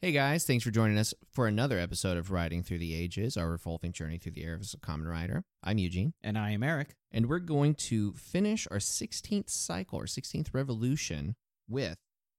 Hey guys, thanks for joining us for another episode of Riding Through the Ages, our revolving journey through the era of a common rider. I'm Eugene, And I am Eric. and we're going to finish our 16th cycle, our 16th revolution with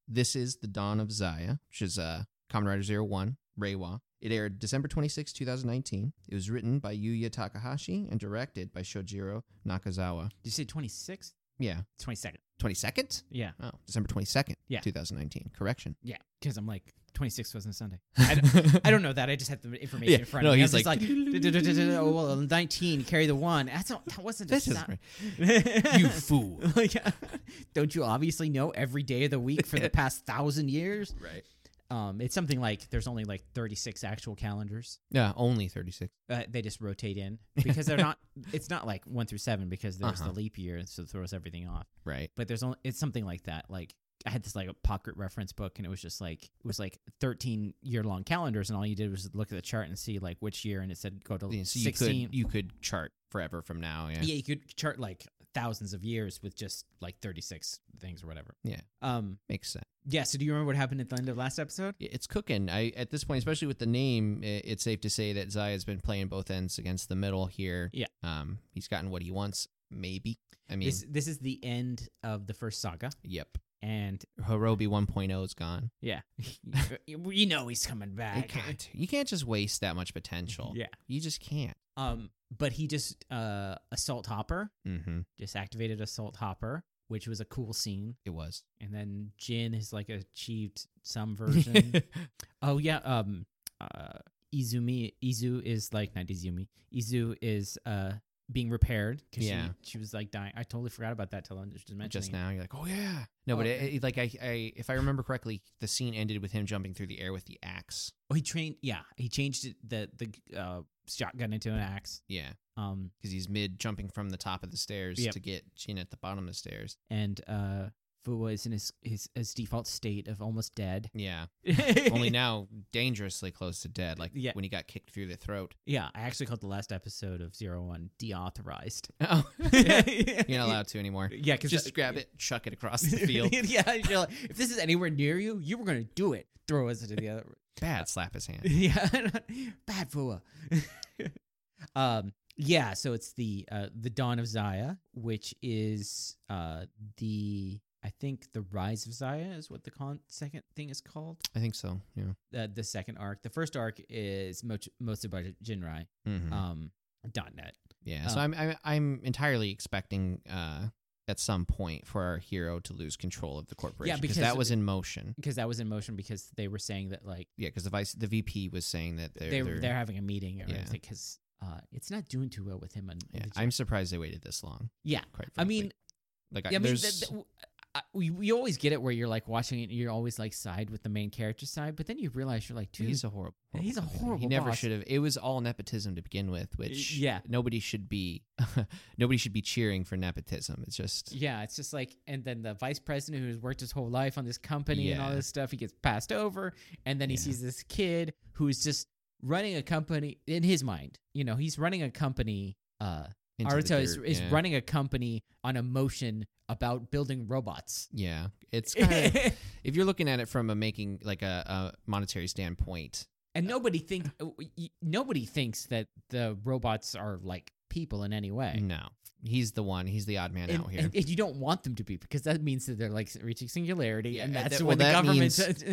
This is the Dawn of Zaya, which is uh, Common Rider Zero One, Reiwa. It aired December 26, 2019. It was written by Yuya Takahashi and directed by Shojiro Nakazawa. Did you say 26th? Yeah, 22nd. 22nd? Yeah. Oh, December 22nd, Yeah. 2019. Correction. Yeah. Because I'm like, 26th wasn't Sunday. I don't, I don't know that. I just had the information Yeah, in front no, of me. I he's was just like- "Du-du-du-du-du-du, oh, well, 19, carry the one. That's not, that wasn't a This is Sun- right. You fool. Like, don't you obviously know every day of the week for the past thousand years? Right. Um, it's something like there's only like 36 actual calendars. Yeah, only 36. Uh, they just rotate in because they're not. It's not like one through seven because there's Uh-huh. the leap year, so it throws everything off. Right. but there's only it's something like that. Like I had this like a pocket reference book, and it was just like it was like 13 year long calendars, and all you did was look at the chart and see like which year, and it said go to Yeah, so 16. you could you could chart forever from now. Yeah. Oh, yeah. you could chart like thousands of years with just like 36 things or whatever. Yeah. Um. Makes sense. Yeah. So do you remember what happened at the end of last episode? Yeah, It's cooking. I at this point, especially with the name, i- it's safe to say that Zaya's been playing both ends against the middle here. Yeah. Um, he's gotten what he wants. Maybe. I mean, This this is the end of the first saga, yep. and Hirobi 1.0 is gone. yeah, you know he's coming You back. can't. You can't just waste that much potential. Yeah. You just can't. Um. But he just uh assault Hopper Mm-hmm. just activated assault Hopper, which was a cool scene. It was. and then Jin has like achieved some version. oh yeah, um, uh, Izumi Izu is like not Izumi. Izu is uh being repaired because Yeah. she, she was like dying. I totally forgot about that till I was just mentioning just it. now you're like oh yeah no but Oh, it, it- like I, I if i remember correctly the scene ended with him jumping through the air with the axe Oh, he trained. Yeah, he changed it, the the uh, shotgun into an axe. yeah Um, because he's mid jumping from the top of the stairs Yep. to get Jin at the bottom of the stairs. and uh, Fuwa is in his, his his default state of almost dead. Yeah. Only now dangerously close to dead, like Yeah. when he got kicked through the throat. yeah, I actually called the last episode of Zero One deauthorized. Oh, yeah. you're not allowed to anymore. Yeah, because Just grab it, chuck it across the field. yeah, you're like, if this is anywhere near you, you were gonna do it. Throw us into the other. Bad slap his hand. yeah, bad fool. um, yeah. So it's the uh, the dawn of Zaya, which is uh the I think the rise of Zaya is what the con- second thing is called. Uh, I think so. Yeah. The the second arc. The first arc is Mo- Motsuba Jinrai. Mhm. Um, dot net. uh. yeah. So I'm, I'm I'm entirely expecting uh at some point for our hero to lose control of the corporation because that was in motion. Because that was in motion because they were saying that like. Yeah, because the vice the VP was saying that they're, they're they're- they're, having a meeting or Yeah. anything because uh, it's not doing too well with him. And yeah. I'm surprised they waited this long. yeah. Quite. I frankly. mean, like I, yeah, I mean, there's th- th- w- I- we we always get it where you're like watching it, and you're always like side with the main character side, but then you realize you're like, dude, he's a horrible. he's a company. He horrible never boss. should have. It was all nepotism to begin with, which yeah. nobody should be. nobody should be cheering for nepotism. It's just yeah, it's just like, and then the vice president who's worked his whole life on this company and all Yeah. this stuff, he gets passed over, and then he Yeah. sees this kid who's just running a company in his mind. You know, he's running a company. Uh, into the Aruto is, dirt, is yeah. running a company on a motion about building robots. Yeah, it's kind of if you're looking at it from a making like a, a monetary standpoint. and nobody think uh, y- nobody thinks that the robots are like people in any way. No, he's the one. He's the odd man And, out here. and- and you don't want them to be because that means that they're like reaching singularity, Yeah, and and that's that- when well, that the government. means- says-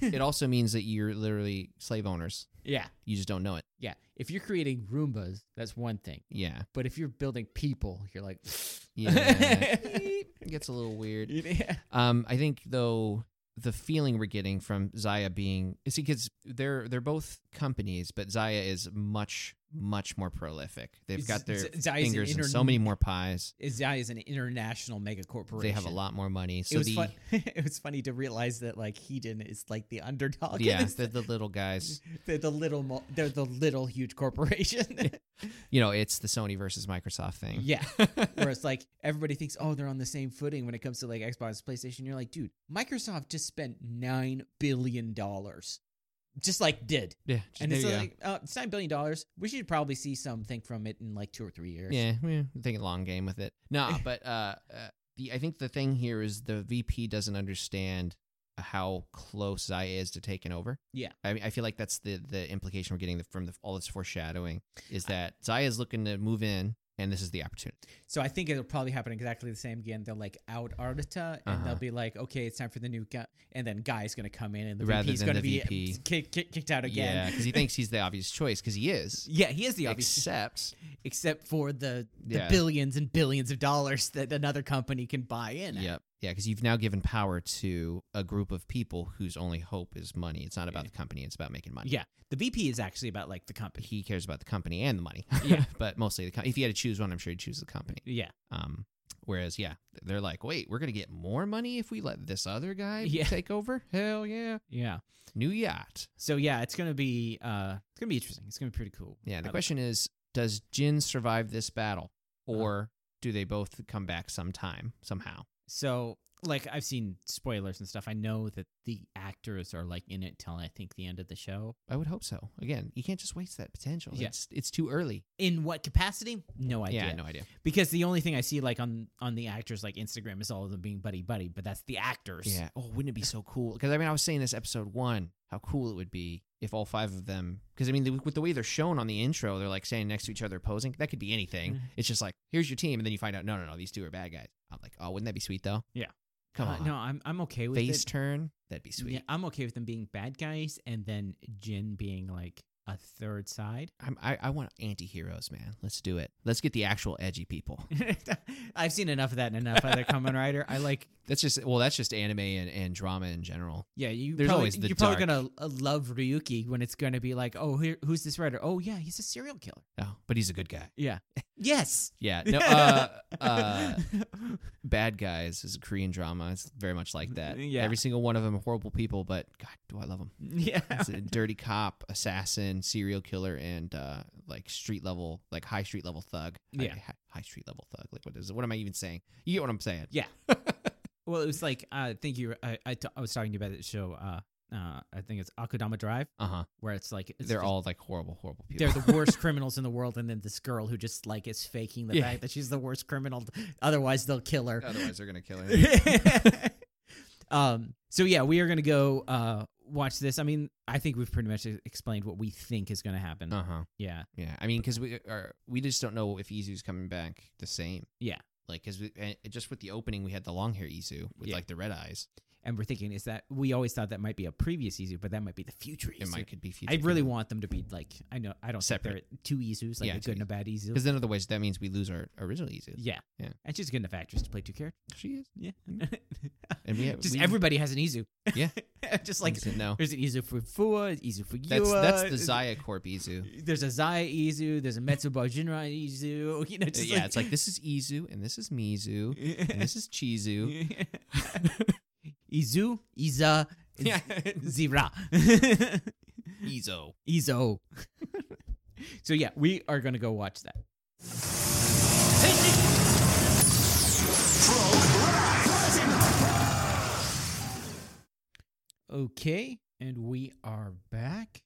it also means that you're literally slave owners. yeah, You just don't know it. yeah. If you're creating Roombas, that's one thing, Yeah, but if you're building people, you're like, yeah, it gets a little weird. yeah. Um, I think though the feeling we're getting from Zaya being is because they're they're both companies, but Zaya is much much more prolific. They've got their Z- Zai is an fingers in inter- so many more pies. Zai is an international mega corporation. They have a lot more money. It So was the fun- It was funny to realize that like Hedon is like the underdog. in yeah, this the, the little guys. They're the little, mo- they're the little huge corporation. You know, it's the Sony versus Microsoft thing. yeah. Where it's like everybody thinks, oh, they're on the same footing when it comes to like Xbox, PlayStation. You're like, dude, Microsoft just spent nine billion dollars, just like did, yeah. just- and there it's you go. like, oh, it's nine billion dollars. We should probably see something from it in like two or three years. Yeah, yeah, I think long game with it. No, but uh, uh, the I think the thing here is the VP doesn't understand how close Zaya is to taking over. Yeah. I mean, I feel like that's the the implication we're getting from the, all this foreshadowing is that Zaya is looking to move in, and this is the opportunity. So I think it'll probably happen exactly the same again. They'll like out Arteta, and Uh-huh. they'll be like, "Okay, it's time for the new guy," and then guy's gonna come in, and the Rather VP's than gonna the be VP. Kick, kick, kicked out again. Yeah, because he thinks he's the obvious choice because he is. yeah, he is the obvious, Except except for the, the Yeah. billions and billions of dollars that another company can buy in. at. Yep. Yeah, because you've now given power to a group of people whose only hope is money. It's not about the company; it's about making money. yeah. The VP is actually about like the company. He cares about the company and the money. Yeah. but mostly the company. If he had to choose one, I'm sure he'd choose the company. Yeah, Um, whereas, yeah, they're like, wait, we're gonna get more money if we let this other guy Yeah. take over. Hell yeah, yeah. new yacht. So yeah, it's gonna be uh, it's gonna be interesting. It's gonna be pretty cool. Yeah. The I- question is, does Jin survive this battle, or do they both come back sometime somehow? So, like, I've seen spoilers and stuff. I know that the actors are like in it till I think the end of the show. I would hope so. Again, you can't just waste that potential. Yeah. It's it's too early. In what capacity? No idea. Yeah, no idea. Because the only thing I see like on on the actors like Instagram is all of them being buddy buddy, but that's the actors. Yeah. Oh, wouldn't it be so cool? Because I mean, I was saying this episode one, how cool it would be if all five of them. Because I mean, the, with the way they're shown on the intro, they're like standing next to each other posing. That could be anything. Mhm. It's just like, here's your team, and then you find out, no, no, no, these two are bad guys. I'm like, oh, wouldn't that be sweet though? Yeah. Come Uh, on. no, I'm I'm okay with Face it. turn. That'd be sweet. Yeah, I'm okay with them being bad guys and then Jin being like a third side. I'm, I I want anti-heroes, man. Let's do it. Let's get the actual edgy people. I've seen enough of that in enough other Kamen Rider. I like That's just well, that's just anime and, and drama in general. Yeah, you There's probably, always the you're probably gonna uh, love Ryuki when it's gonna be like, oh, here, who's this writer? Oh, yeah, he's a serial killer. Oh, but he's a good guy. Yeah. yes. Yeah. No. Uh, uh, Bad Guys is a Korean drama. It's very much like that. Mm, Yeah. Every single one of them are horrible people, but God, do I love them. yeah. It's a dirty cop, assassin, serial killer, and uh, like street level, like high street level thug. Like, Yeah. hi- high street level thug. Like, what is it? What am I even saying? You get what I'm saying? Yeah. Well, it was like uh, I think you. were- I I t- I was talking to you about the show. Uh, uh, I think it's Akudama Drive, Uh huh. where it's like it's They're just- all like horrible, horrible people. They're the worst criminals in the world, and then this girl who just like is faking the Yeah. fact that she's the worst criminal. Otherwise, they'll kill her. Otherwise, they're gonna kill him. um, so yeah, we are gonna go uh, watch this. I mean, I think we've pretty much explained what we think is gonna happen. uh huh. Yeah, Yeah. I mean, because we are, we just don't know if Izu's coming back the same. Yeah. Like, because just with the opening, we had the long hair Izu with Yeah. like the red eyes. and we're thinking is that we always thought that might be a previous Izu, but that might be the future Izu. It might could be future. I really Izu. want them to be like I know I don't Separate. think they're two Izus, like Yeah, a two good and a bad Izu. Because then otherwise, that means we lose our original Izu. Yeah, Yeah. Mm-hmm. and she's a good enough actress to play two characters. She is. Yeah, And we just we- everybody has an Izu. Yeah. just like Listen, no. there's an Izu for Fua, Izu for Yua. That's that's the it's- Zaya Corp Izu. There's a Zaya Izu. There's a Metsuba Jinra Izu. You know, just Uh, yeah, it's like this is Izu and this is Mizu and this is Chizu. Izu, Iza, Yeah. Zira, Izo. Izo. so yeah, we are gonna go watch that. Okay, and we are back.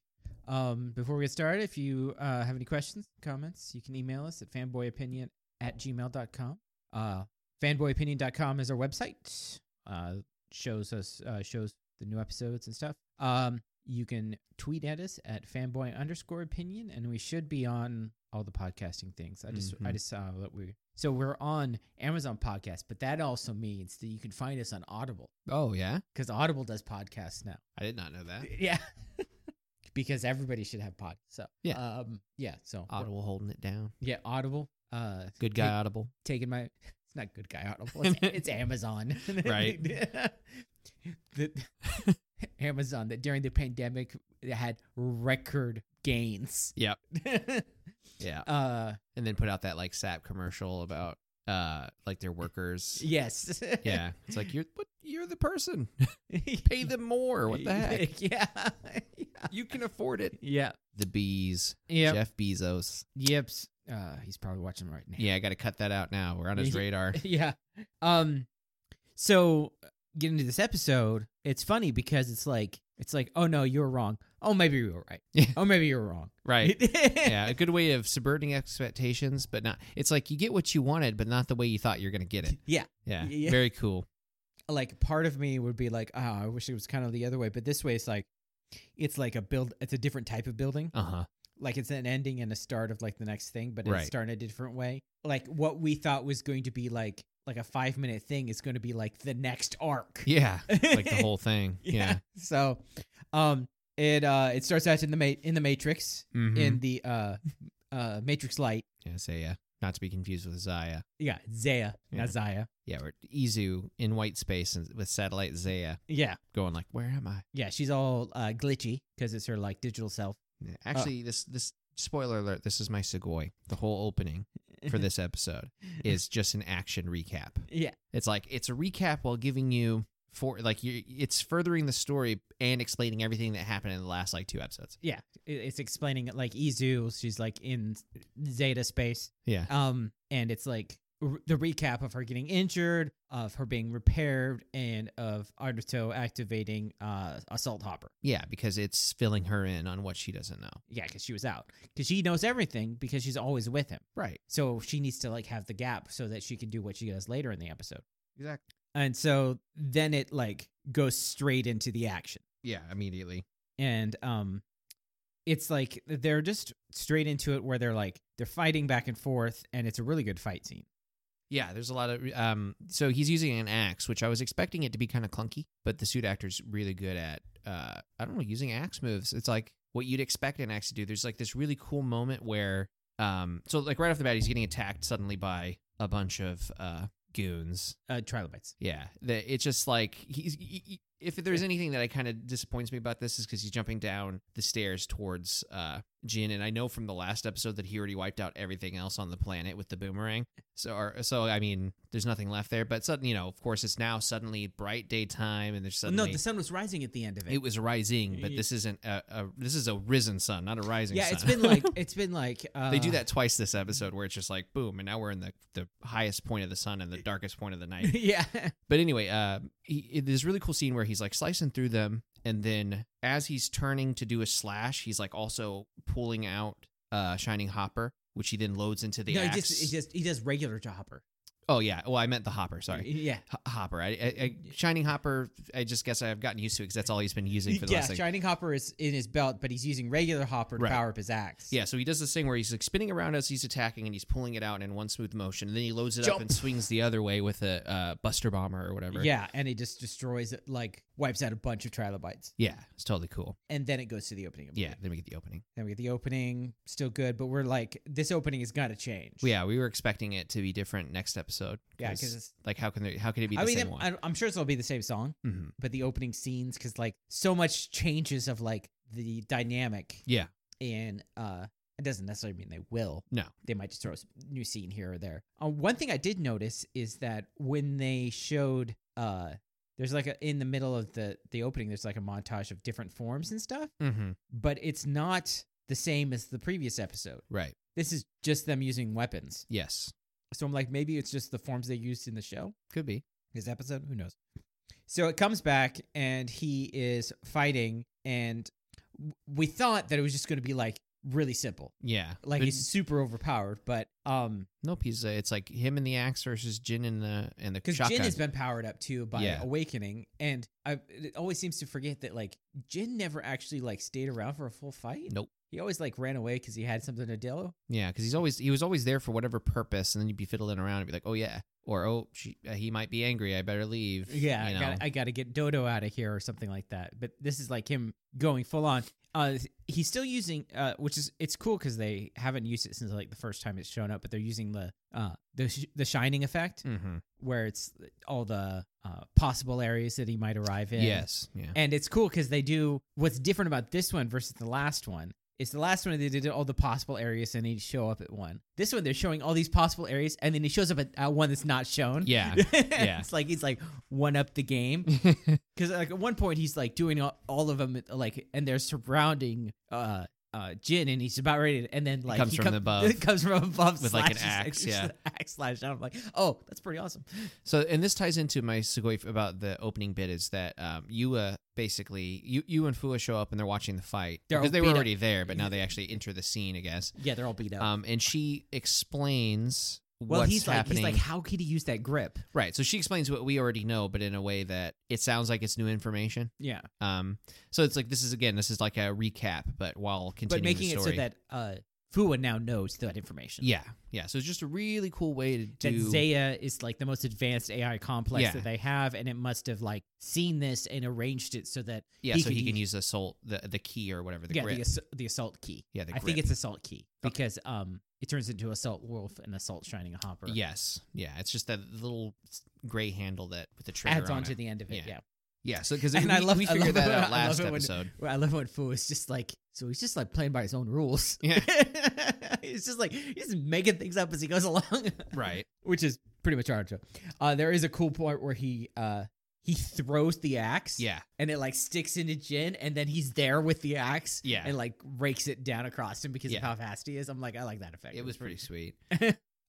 Um, before we get started, if you uh, have any questions, comments, you can email us at fanboyopinion at gmail.com. Uh, fanboyopinion.com is our website. Uh, shows us uh, shows the new episodes and stuff. Um, you can tweet at us at fanboy underscore opinion, and we should be on all the podcasting things. I just I Mhm. just saw that we so we're on Amazon Podcast, but that also means that you can find us on Audible Oh yeah, because Audible does podcasts now. I did not know that. Yeah. because everybody should have pod. So Yeah. um, yeah. So we're- Audible holding it down. yeah, Audible. Uh, Good guy Audible. taking my. It's not good guy Audible. It's, it's Amazon. Right. The- Amazon that during the pandemic it had record gains. Yep. Yeah, uh, and then put out that like sap commercial about uh like their workers. yes. Yeah, it's like you're what you're the person. Pay Pay them more. What the heck? Yeah. You can afford it. Yeah. The bees. Yep. Jeff Bezos. Yips. Uh, he's probably watching right now. Yeah, I got to cut that out now. We're on his Yeah. radar. yeah. Um so getting to this episode, it's funny because it's like it's like, oh no, you were wrong. Oh maybe you were right. Yeah. Oh maybe you were wrong. Right. yeah, a good way of subverting expectations, but not. It's like you get what you wanted, but not the way you thought you're going to get it. Yeah. Yeah. Yeah. Very cool. like part of me would be like, oh, I wish it was kind of the other way, but this way it's like it's like a build it's a different type of building. Uh huh. Like it's an ending and a start of like the next thing, but Right. it's starting a different way. Like what we thought was going to be like like a 5 minute thing is going to be like the next arc. Yeah. Like the whole thing. yeah. So um it uh it starts out in the ma- in the matrix Mm-hmm. in the uh uh matrix light. yeah. So yeah, not to be confused with Zaya. Yeah, Zaya, Yeah. not Zaya. Yeah, or Izu in white space and with satellite Zaya Yeah. going like, where am I? Yeah, she's all uh glitchy cuz it's her like digital self. Yeah, Actually, this this spoiler alert. This is my segue. The whole opening for this episode is just an action recap. yeah. It's like it's a recap while giving you for like you. It's furthering the story and explaining everything that happened in the last like two episodes. Yeah, i- it's explaining it like Izu, she's like in Zeta space, Yeah. um, and it's like r- the recap of her getting injured, of her being repaired, and of Arnato activating uh, Assault Hopper. Yeah, because it's filling her in on what she doesn't know. Yeah, because she was out, because she knows everything because she's always with him. Right. So she needs to like have the gap so that she can do what she does later in the episode. Exactly. And so then it like goes straight into the action. Yeah. Immediately. and um it's like they're just straight into it where they're like they're fighting back and forth and it's a really good fight scene Yeah, there's a lot of um. So he's using an axe, which I was expecting it to be kind of clunky, but the suit actor's really good at. Uh, I don't know, using axe moves. It's like what you'd expect an axe to do. There's like this really cool moment where, um, so like right off the bat, he's getting attacked suddenly by a bunch of uh goons. uh trilobites Yeah, that it's just like he's. He, he- if there's anything that I kind of disappoints me about this is because he's jumping down the stairs towards uh Jin, and I know from the last episode that he already wiped out everything else on the planet with the boomerang. So, or, so I mean, there's nothing left there. But suddenly, you know, of course, it's now suddenly bright daytime, and there's suddenly no the sun was rising at the end of it, it was rising, but Y- this isn't a, a this is a risen sun, not a rising. yeah sun. it's been like it's been like uh, They do that twice this episode where it's just like boom, and now we're in the, the highest point of the sun and the darkest point of the night. yeah But anyway, uh, he, it- there's a really cool scene where he's like slicing through them, and then as he's turning to do a slash, he's like also pulling out uh, Shining Hopper, which he then loads into the no he axe. just he just he does regular to hopper oh yeah, well I meant the Hopper, sorry. yeah H- Hopper, I, I, I, Shining Hopper. I just guess I've gotten used to it because that's all he's been using for the yeah last. Like, shining hopper is in his belt but he's using regular hopper to Right. power up his axe yeah, so he does this thing where he's like spinning around as he's attacking, and he's pulling it out in one smooth motion, and then he loads it up Jump. and swings the other way with a uh, Buster Bomber or whatever. yeah and he just destroys it like wipes out a bunch of trilobites yeah, it's totally cool. and then it goes to the opening of the Yeah, movie. then we get the opening. then we get the opening still good but we're like this opening has got to change Well, Yeah, we were expecting it to be different next episode. Yeah, because it's. like how can there, how can it be the I mean, same I'm, one? I'm- I'm sure it'll be the same song, Mhm. but the opening scenes, because like so much changes of like the dynamic, Yeah, and uh, it doesn't necessarily mean they will. No. they might just throw a s- new scene here or there. Uh, one thing I did notice is that when they showed, uh, there's like a in the middle of the the opening, there's like a montage of different forms and stuff, mm-hmm. but it's not the same as the previous episode. right. This is just them using weapons. Yes, So I'm like, maybe it's just the forms they used in the show could be. his episode who knows so it comes back and he is fighting and w- we thought that it was just going to be like really simple Yeah, like There- he's super overpowered but um nope. He's uh, it's like him and the axe versus Jin and the and the because shotgun. jin has been powered up too by Yeah. awakening and i it always seems to forget that like jin never actually like stayed around for a full fight Nope. he always like ran away because he had something to do yeah, because he's always he was always there for whatever purpose, and then you'd be fiddling around and be like, oh yeah, or oh she, uh, he might be angry, I better leave. Yeah, you I know. gotta, I gotta get Dodo out of here or something like that. But this is like him going full on. Uh, he's still using, uh, which is it's cool because they haven't used it since like the first time it's shown up. But they're using the uh, the sh- the shining effect, mm-hmm. where it's all the uh, possible areas that he might arrive in. Yes. Yeah. and it's cool because they do what's different about this one versus the last one. Is the last one they did all the possible areas and he'd show up at one. This one they're showing all these possible areas and then he shows up at uh, one that's not shown. Yeah, yeah. it's like he's like one up the game because like at one point he's like doing all, all of them like and they're surrounding uh uh Jin and he's about ready to, and then like comes he from come- above. comes from above With, like, an axe, slashes- yeah. axe slash down. I'm like oh that's pretty awesome So, and this ties into my segue f- about the opening bit is that um, Yua basically, you, you and Fua show up and they're watching the fight They're because all they were beat up. already there, but now they actually enter the scene, I guess. yeah they're all beat up Um, and she explains Well, Um, what's he's happening. like he's like, how could he use that grip? right. So she explains what we already know, but in a way that it sounds like it's new information. Yeah, Um, so it's like this is again, this is like a recap, but while but continuing making the it so story. that uh, Fua now knows that information. yeah, yeah. So it's just a really cool way to that do Zaya is like the most advanced AI complex Yeah. that they have, and it must have like seen this and arranged it so that yeah. he so could he can use- use assault the the key or whatever the yeah grip. the ass- the assault key. yeah, the I grip. think it's assault key Okay. because um it turns into assault wolf and assault shining hopper. yes, yeah. It's just that little s- gray handle that with the trigger adds on, on to it. the end of it. Yeah. Yeah, yeah. So because And we, I love- we I figured love that it- I out love last it when- episode. Well, I love when Fu is just like so he's just like playing by his own rules. Yeah. he's just like he's just making things up as he goes along. Right. which is pretty much Naruto. Uh, there is a cool point where he uh, he throws the axe, Yeah. and it like sticks into Jin, and then he's there with the axe, Yeah. and like rakes it down across him because Yeah. of how fast he is. I'm like, I like that effect. It was pretty sweet.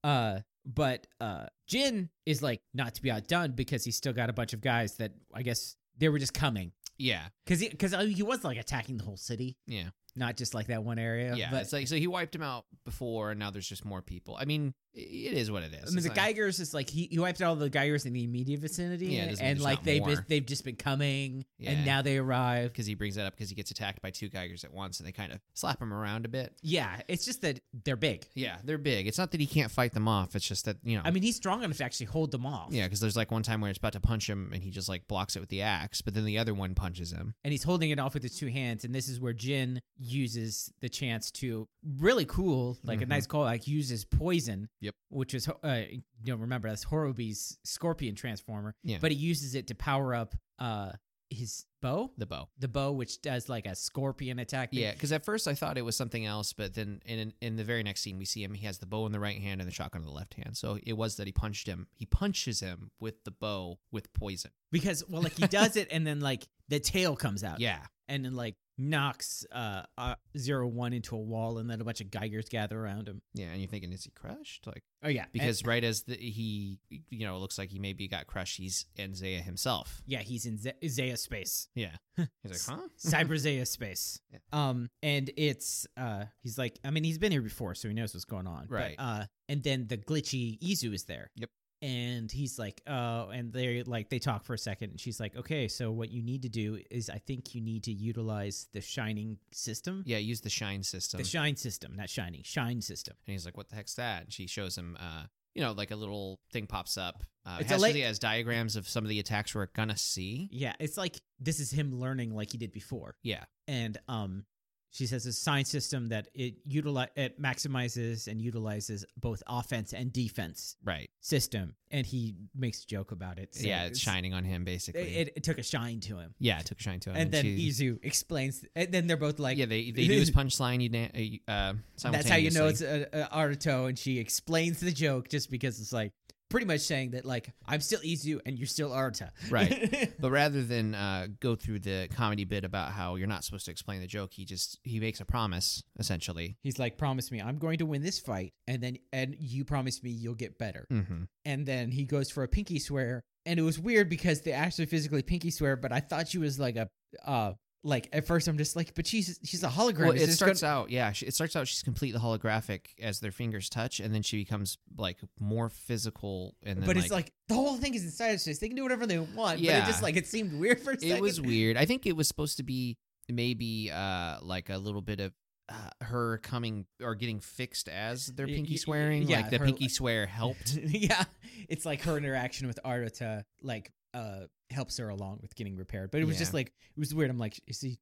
Uh, but uh, Jin is like not to be outdone because he's still got a bunch of guys that I guess they were just coming Yeah. because he because he was like attacking the whole city, Yeah. not just like that one area. Yeah. but it's like so he wiped him out before and now there's just more people. I mean, i- it is what it is. I mean, It's the like- Geigers is like he, he wiped out all the Geigers in the immediate vicinity, Yeah, it doesn't mean and there's like not they've more. just, they've just been coming, Yeah. and now they arrive. because he brings that up because he gets attacked by two Geigers at once and they kind of slap him around a bit. Yeah, it's just that they're big. Yeah, they're big. It's not that he can't fight them off. It's just that you know. I mean, he's strong enough to actually hold them off. yeah, because there's like one time where it's about to punch him and he just like blocks it with the axe, but then the other one punches him. and he's holding it off with his two hands, and this is where Jin uses the chance to really cool, like a Mhm. nice call, like uses poison. Yep. Which is uh, you know remember that's Horobi's scorpion transformer. Yeah. But he uses it to power up uh his bow, The bow. the bow which does like a scorpion attack. thing. Yeah, because at first I thought it was something else, but then in in the very next scene we see him. He has the bow in the right hand and the shotgun in the left hand. So it was that he punched him. He punches him with the bow with poison. because well like he does it and then like the tail comes out Yeah, and then like knocks uh, uh zero one into a wall and then a bunch of geigers gather around him yeah. And you're thinking, is he crushed? Like oh yeah and- because right as the, he, you know, it looks like he maybe got crushed. He's and Zaya himself. yeah he's in Z- zaya space Yeah, he's like, huh? cyber zaya space Yeah. um and it's uh he's like i mean he's been here before so he knows what's going on Right. but, uh and then the glitchy izu is there Yep. and he's like oh and they like they talk for a second and she's like okay so what you need to do is i think you need to utilize the shining system Yeah, use the shine system. the shine system not shining shine system and he's like, "What the heck's that?" And she shows him, uh, you know, like a little thing pops up. Uh, it It's a has, la- it has diagrams of some of the attacks we're gonna see. Yeah, it's like this is him learning like he did before. Yeah, And um she says it's a sign system that it utilize it maximizes and utilizes both offense and defense right. system. And he makes a joke about it. saying yeah, it's shining on him basically. It, it took a shine to him. yeah, it took a shine to him. and then she- Izu explains and then they're both like yeah, they they do his punchline. You dan- uh, you, uh, that's how you know simultaneously. it's a, a Aruto and she explains the joke just because it's like pretty much saying that like I'm still Izu and you're still Aruto. Right. But rather than uh, go through the comedy bit about how you're not supposed to explain the joke, he just he makes a promise essentially. He's like, promise me I'm going to win this fight, and then and you promise me you'll get better. Mm-hmm. And then he goes for a pinky swear, and it was weird because they actually physically pinky swear, but I thought she was like a uh like at first I'm just like, but she's she's a hologram. Well, Is it this starts gonna- out, yeah. She, it starts out she's completely holographic as their fingers touch, and then she becomes like more physical. And then, but it's like the whole thing is in cyberspace. They can do whatever they want. But Yeah. it just like it seemed weird for a second. it was weird. I think it was supposed to be maybe uh like a little bit of. Uh, her coming or getting fixed as their Y- y- pinky y- swearing, yeah, like the her- pinky swear helped. yeah. It's like her interaction with Aruta like uh helps her along with getting repaired. But it was Yeah. just like it was weird. I'm like, is he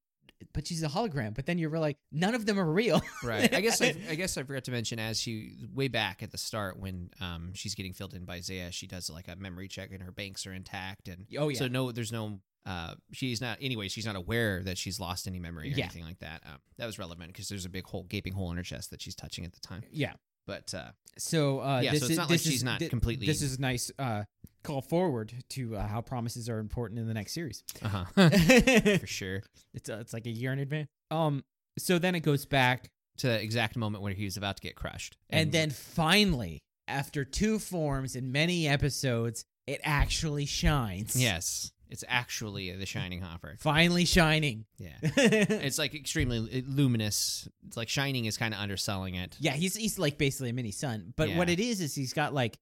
but she's a hologram, but then you're like, none of them are real. Right. I guess I, I guess I forgot to mention as she way back at the start when um she's getting filled in by Zaya, she does like a memory check and her banks are intact and Oh yeah. so no there's no uh she's not anyway she's not aware that she's lost any memory or Yeah. anything like that. Um, that was relevant because there's a big hole gaping hole in her chest that she's touching at the time. yeah. But uh So uh, Yeah, so this it's is, not like this she's is- not thi- completely- This is a nice uh, call forward to uh, how promises are important in the next series. uh-huh. for it's sure uh, it's like a year in advance. Um. So then it goes back, to the exact moment where he was about to get crushed. and, then finally, after two forms and many episodes, it actually shines. yes, It's actually the shining Hopper. Finally shining. Yeah. It's like extremely luminous. It's like shining is kind of underselling it. yeah, he's he's like basically a mini sun. But what Yeah. it is is he's got like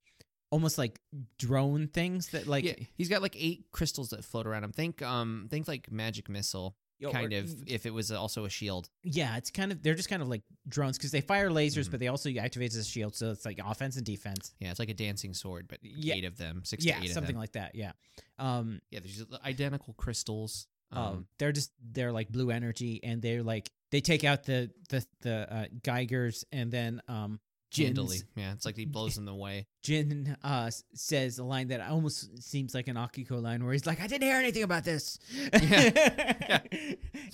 almost like drone things that like yeah, he's got like eight crystals that float around him. Think um think like magic missile yo, or- e-, kind of if it was also a shield. Yeah, it's kind of they're just kind of like drones because they fire lasers, Mhm. but they also activate as a shield, so it's like offense and defense. Yeah, it's like a dancing sword, but Yeah. eight of them, six Yeah, to eight something of them. like that. Yeah. Um, yeah, there's just identical crystals. um, they're just they're like blue energy, and they're like they take out the the the uh, Geigers, and then um, Jindally. Jin's, Yeah, it's like he blows them away. Jin uh s- says a line that almost seems like an Akiko line, where he's like, "I didn't hear anything about this." Yeah.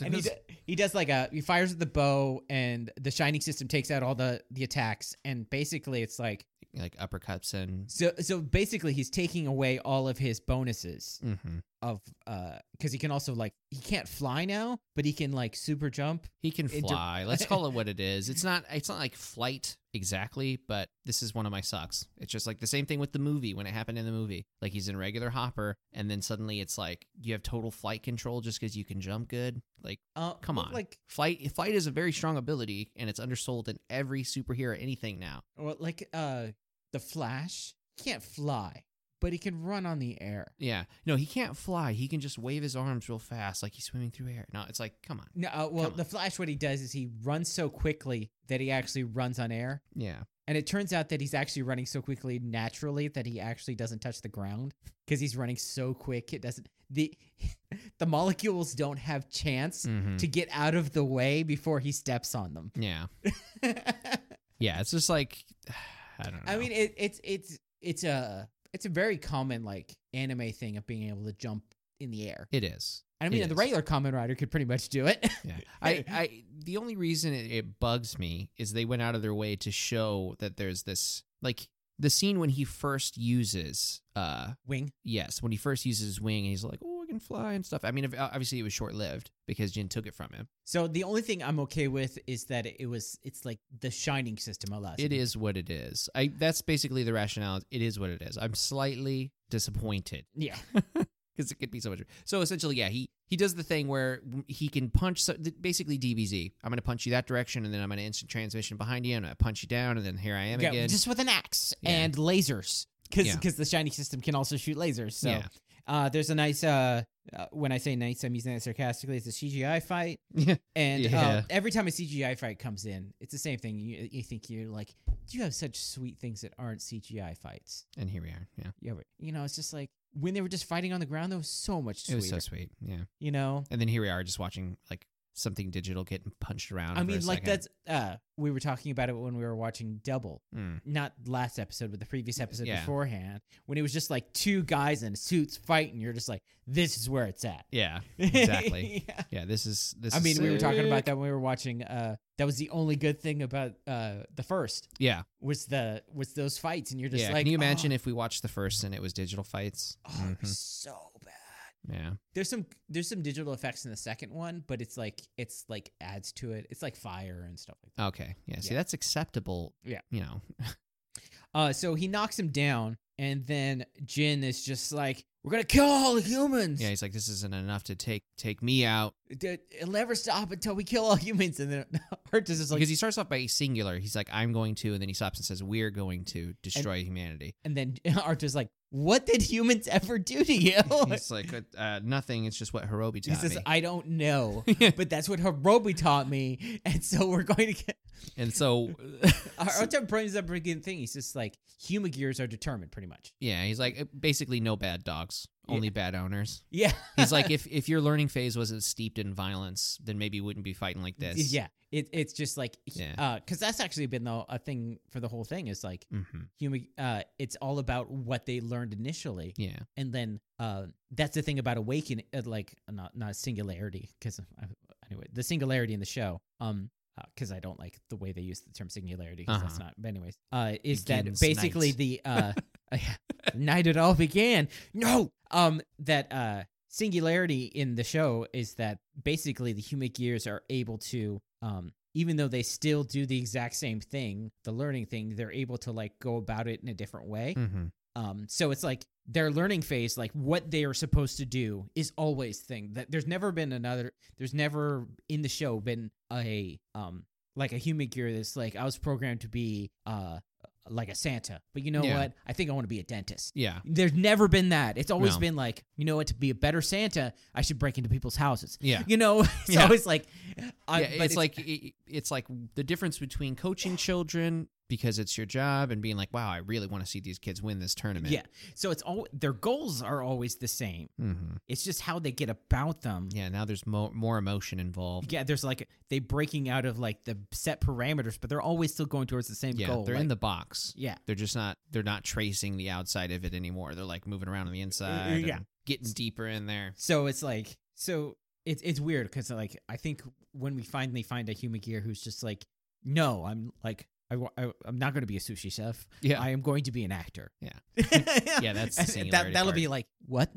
and he, d- he does like a he fires with the bow, and the shining system takes out all the the attacks, and basically it's like. Like uppercuts and So so basically, he's taking away all of his bonuses Mhm. of uh because he can also like he can't fly now, but he can like super jump. he can Inter- fly. Let's call it what it is. It's not it's not like flight exactly, but this is one of my sucks. It's just like the same thing with the movie when it happened in the movie. Like he's in regular hopper and then suddenly it's like you have total flight control just cuz you can jump good. Like Uh, Come well, on. like flight flight is a very strong ability and it's undersold in every superhero anything now. or like uh the Flash he can't fly, but he can run on the air. Yeah. No, he can't fly. He can just wave his arms real fast like he's swimming through air. No, it's like come on. No, uh, well, Come on. the Flash what he does is he runs so quickly that he actually runs on air. Yeah. And it turns out that he's actually running so quickly naturally that he actually doesn't touch the ground because he's running so quick it doesn't the the molecules don't have chance Mhm. to get out of the way before he steps on them. Yeah. Yeah, it's just like I don't know. I mean it, it's it's it's a it's a very common like anime thing of being able to jump in the air. it is. I mean It the is. regular common rider could pretty much do it. Yeah. I, I the only reason it, it bugs me is they went out of their way to show that there's this like the scene when he first uses uh Wing. yes, when he first uses his wing and he's like, "Oh, I can fly and stuff." I mean, ob- obviously it was short-lived because Jin took it from him. So the only thing I'm okay with is that it was it's like the shining system allows It you- is what it is. I that's basically the rationale. It is what it is. I'm slightly disappointed Yeah. because it could be so much. So essentially, yeah, he he does the thing where he can punch. So, th- basically, DBZ. I'm going to punch you that direction, and then I'm going to instant transmission behind you, and I punch you down, and then here I am Yeah, again. just with an axe Yeah. and lasers. Because Yeah. the shiny system can also shoot lasers. So Yeah. uh, there's a nice, uh, uh, when I say nice, I'm using that sarcastically. It's a CGI fight. Yeah. And uh, Yeah. every time a CGI fight comes in, it's the same thing. You, you think you're like, do you have such sweet things that aren't CGI fights? and here we are. Yeah, You, ever, you know, it's just like when they were just fighting on the ground, there was so much it sweeter. was so sweet. Yeah, you know? and then here we are, just watching like something digital getting punched around. I for a mean, second. like that's, uh, we were talking about it when we were watching Double. Mm. not last episode, but the previous episode yeah. beforehand, when it was just like two guys in suits fighting, you're just like, this is where it's at. Yeah, exactly. Yeah. yeah. This is this. I is mean, we were talking about sick. that when we were watching. Uh, that was the only good thing about uh, the first Yeah, was the was those fights, and you're just yeah. like, Can you imagine oh, if we watched the first and it was digital fights? Oh, it Mhm. was so bad. Yeah. There's some there's some digital effects in the second one, but it's like it's like adds to it. It's like fire and stuff like that. Okay. Yeah. See, Yeah. that's acceptable. Yeah. You know. Uh, so he knocks him down, and then Jin is just like, "We're gonna kill all the humans." Yeah. He's like, this isn't enough to take take me out D- it'll never stop until we kill all humans. And then Artus is like, because he starts off by singular. He's like, I'm going to, and then he stops and says, We're going to destroy humanity. and then Artus is like, what did humans ever do to you? He's like, uh, nothing. It's just what Hirobi he taught says, me. I don't know, but that's what Hirobi taught me. And so we're going to get. and so, Artus brings up a good thing. He's just like, human gears are determined, pretty much. yeah, he's like, uh, basically, no bad dogs, Yeah. only bad owners. Yeah. He's like, if if your learning phase wasn't steeped in violence, then maybe you wouldn't be fighting like this. Yeah. It, it's just like, because Yeah. that's actually been the, a thing for the whole thing is like, Mm-hmm. human, uh, it's all about what they learned initially. Yeah. and then uh, that's the thing about awakening, uh, like not not singularity, because anyway, the singularity in the show, um, because I don't like the way they use the term singularity, 'cause that's Uh-huh. not. But anyways, uh, is Begins that basically night. the uh, night it all began? No, um, that uh, singularity in the show is that basically the human gears are able to um. Even though they still do the exact same thing, the learning thing, they're able to like go about it in a different way Mm-hmm. Um, so it's like their learning phase, like what they are supposed to do, is always thing that there's never been another. There's never in the show been a um like a human gear that's like I was programmed to be uh like a Santa, but you know Yeah. what? I think I want to be a dentist. Yeah. There's never been that. It's always No. been like you know what? To be a better Santa, I should break into people's houses. Yeah. You know, it's Yeah. always like, I, yeah, but it's, like it, it's like the difference between coaching children because it's your job and being like, wow, I really want to see these kids win this tournament. yeah. So it's all their goals are always the same. hmm It's just how they get about them. Yeah. Now there's mo- more emotion involved. Yeah, there's like they breaking out of like the set parameters, but they're always still going towards the same Yeah. goal. they're in like- the box. yeah, They're just not. They're not tracing the outside of it anymore. They're like moving around on the inside. yeah. and Getting deeper in there. So it's like so it's it's weird because like I think when we finally find a human gear who's just like no I'm like I, wa- I am not going to be a sushi chef Yeah. I am going to be an actor Yeah. yeah that's the that singularity that'll part. be like what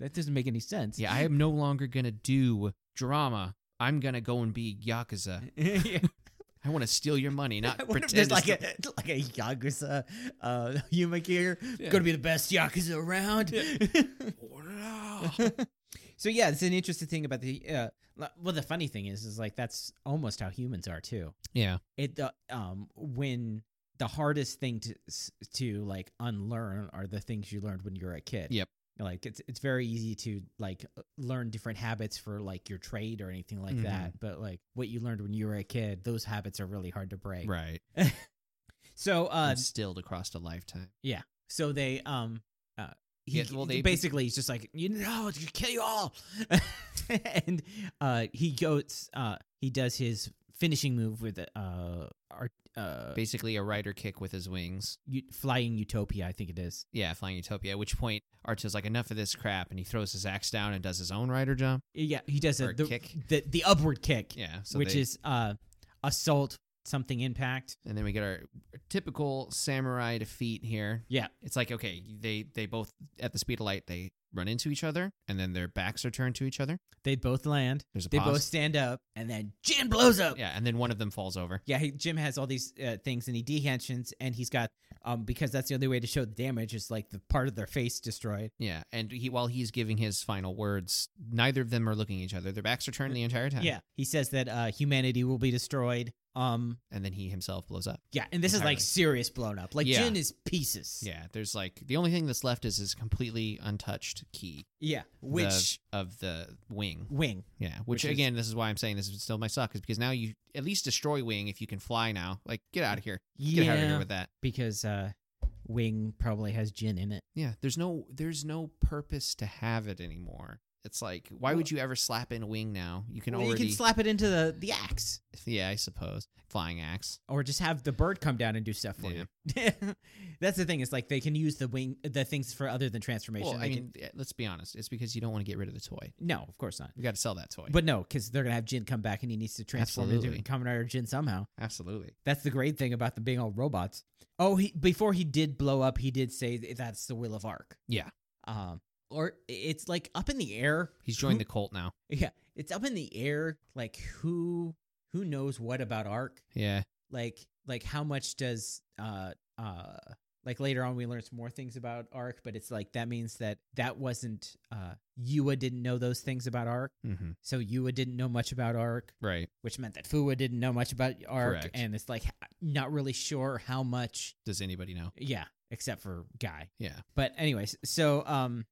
that doesn't make any sense yeah. I am no longer gonna do drama. I'm gonna go and be yakuza. yeah. I want to steal your money, not I wonder if pretend. there's it's like the- a like a yakuza uh human gear Yeah. gonna be the best yakuza around so yeah, it's an interesting thing about the. Uh, li- well, the funny thing is, is like that's almost how humans are too. yeah. It uh, um when the hardest thing to s- to like unlearn are the things you learned when you were a kid. Yep. Like it's it's very easy to like uh, learn different habits for like your trade or anything like Mhm. that. But like what you learned when you were a kid, those habits are really hard to break. Right. So uh, Instilled across a lifetime. so they um uh, he Yeah, well, they- basically he's just like you know it's gonna kill you all and uh he goes uh he does his finishing move with uh our uh Basically, a rider kick with his wings. u- flying utopia i think it is Yeah, flying Utopia. At which point, Arto's like, "Enough of this crap," and he throws his axe down and does his own rider jump. yeah he does Or a, a the, kick. the the upward kick Yeah. So which they- is uh assault something impact and then we get our typical samurai defeat here. yeah It's like okay, they they both at the speed of light they run into each other, and then their backs are turned to each other. they both land There's a they both pause. stand up and then jin blows up yeah, and then one of them falls over. Yeah, he, Jim has all these uh, things, and he dehensions, and he's got um because that's the only way to show the damage is like the part of their face destroyed. Yeah, and he while he's giving his final words, neither of them are looking at each other. Their backs are turned the entire time. Yeah, he says that uh, humanity will be destroyed. Um, and then he himself blows up. yeah, and this is like Entirely. serious blown up. Like Yeah. Jin is pieces. Yeah, there's like the only thing that's left is his completely untouched key, yeah, the- which of the wing. wing? Yeah, Which which, is- again, this is why I'm saying this is still my suck is because now you at least destroy wing if you can fly now. Like get out of here, get out of here Yeah, with that. because uh, wing probably has Jin in it. Yeah, there's no there's no purpose to have it anymore. It's like why would you ever slap in wing now? You can Well, already you can slap it into the the axe, yeah, I suppose flying axe. or just have the bird come down and do stuff for Yeah. you. That's the thing. It's like they can use the wing, the things for other than transformation. Well, I They can- mean, eh, let's be honest. It's because you don't want to get rid of the toy. no, of course not. You got to sell that toy. But no, because they're gonna have Jin come back and he needs to transform Absolutely. into Kamen Rider Jin somehow. Absolutely. That's the great thing about them being all robots. Oh, he before he did blow up, he did say th- that's the will of Arc. Yeah. Um, or it's like up in the air. He's joined the cult now. Yeah, it's up in the air. Like who who knows what about Arc? Yeah. Like like how much does uh uh like later on we learn some more things about Arc, but it's like that means that that wasn't uh Yua didn't know those things about Arc, Mm-hmm. so Yua didn't know much about Arc Right. which meant that Fua didn't know much about Arc, Correct. and it's like h- not really sure how much. Does anybody know? Yeah, except for Guy. Yeah. But anyways, so um,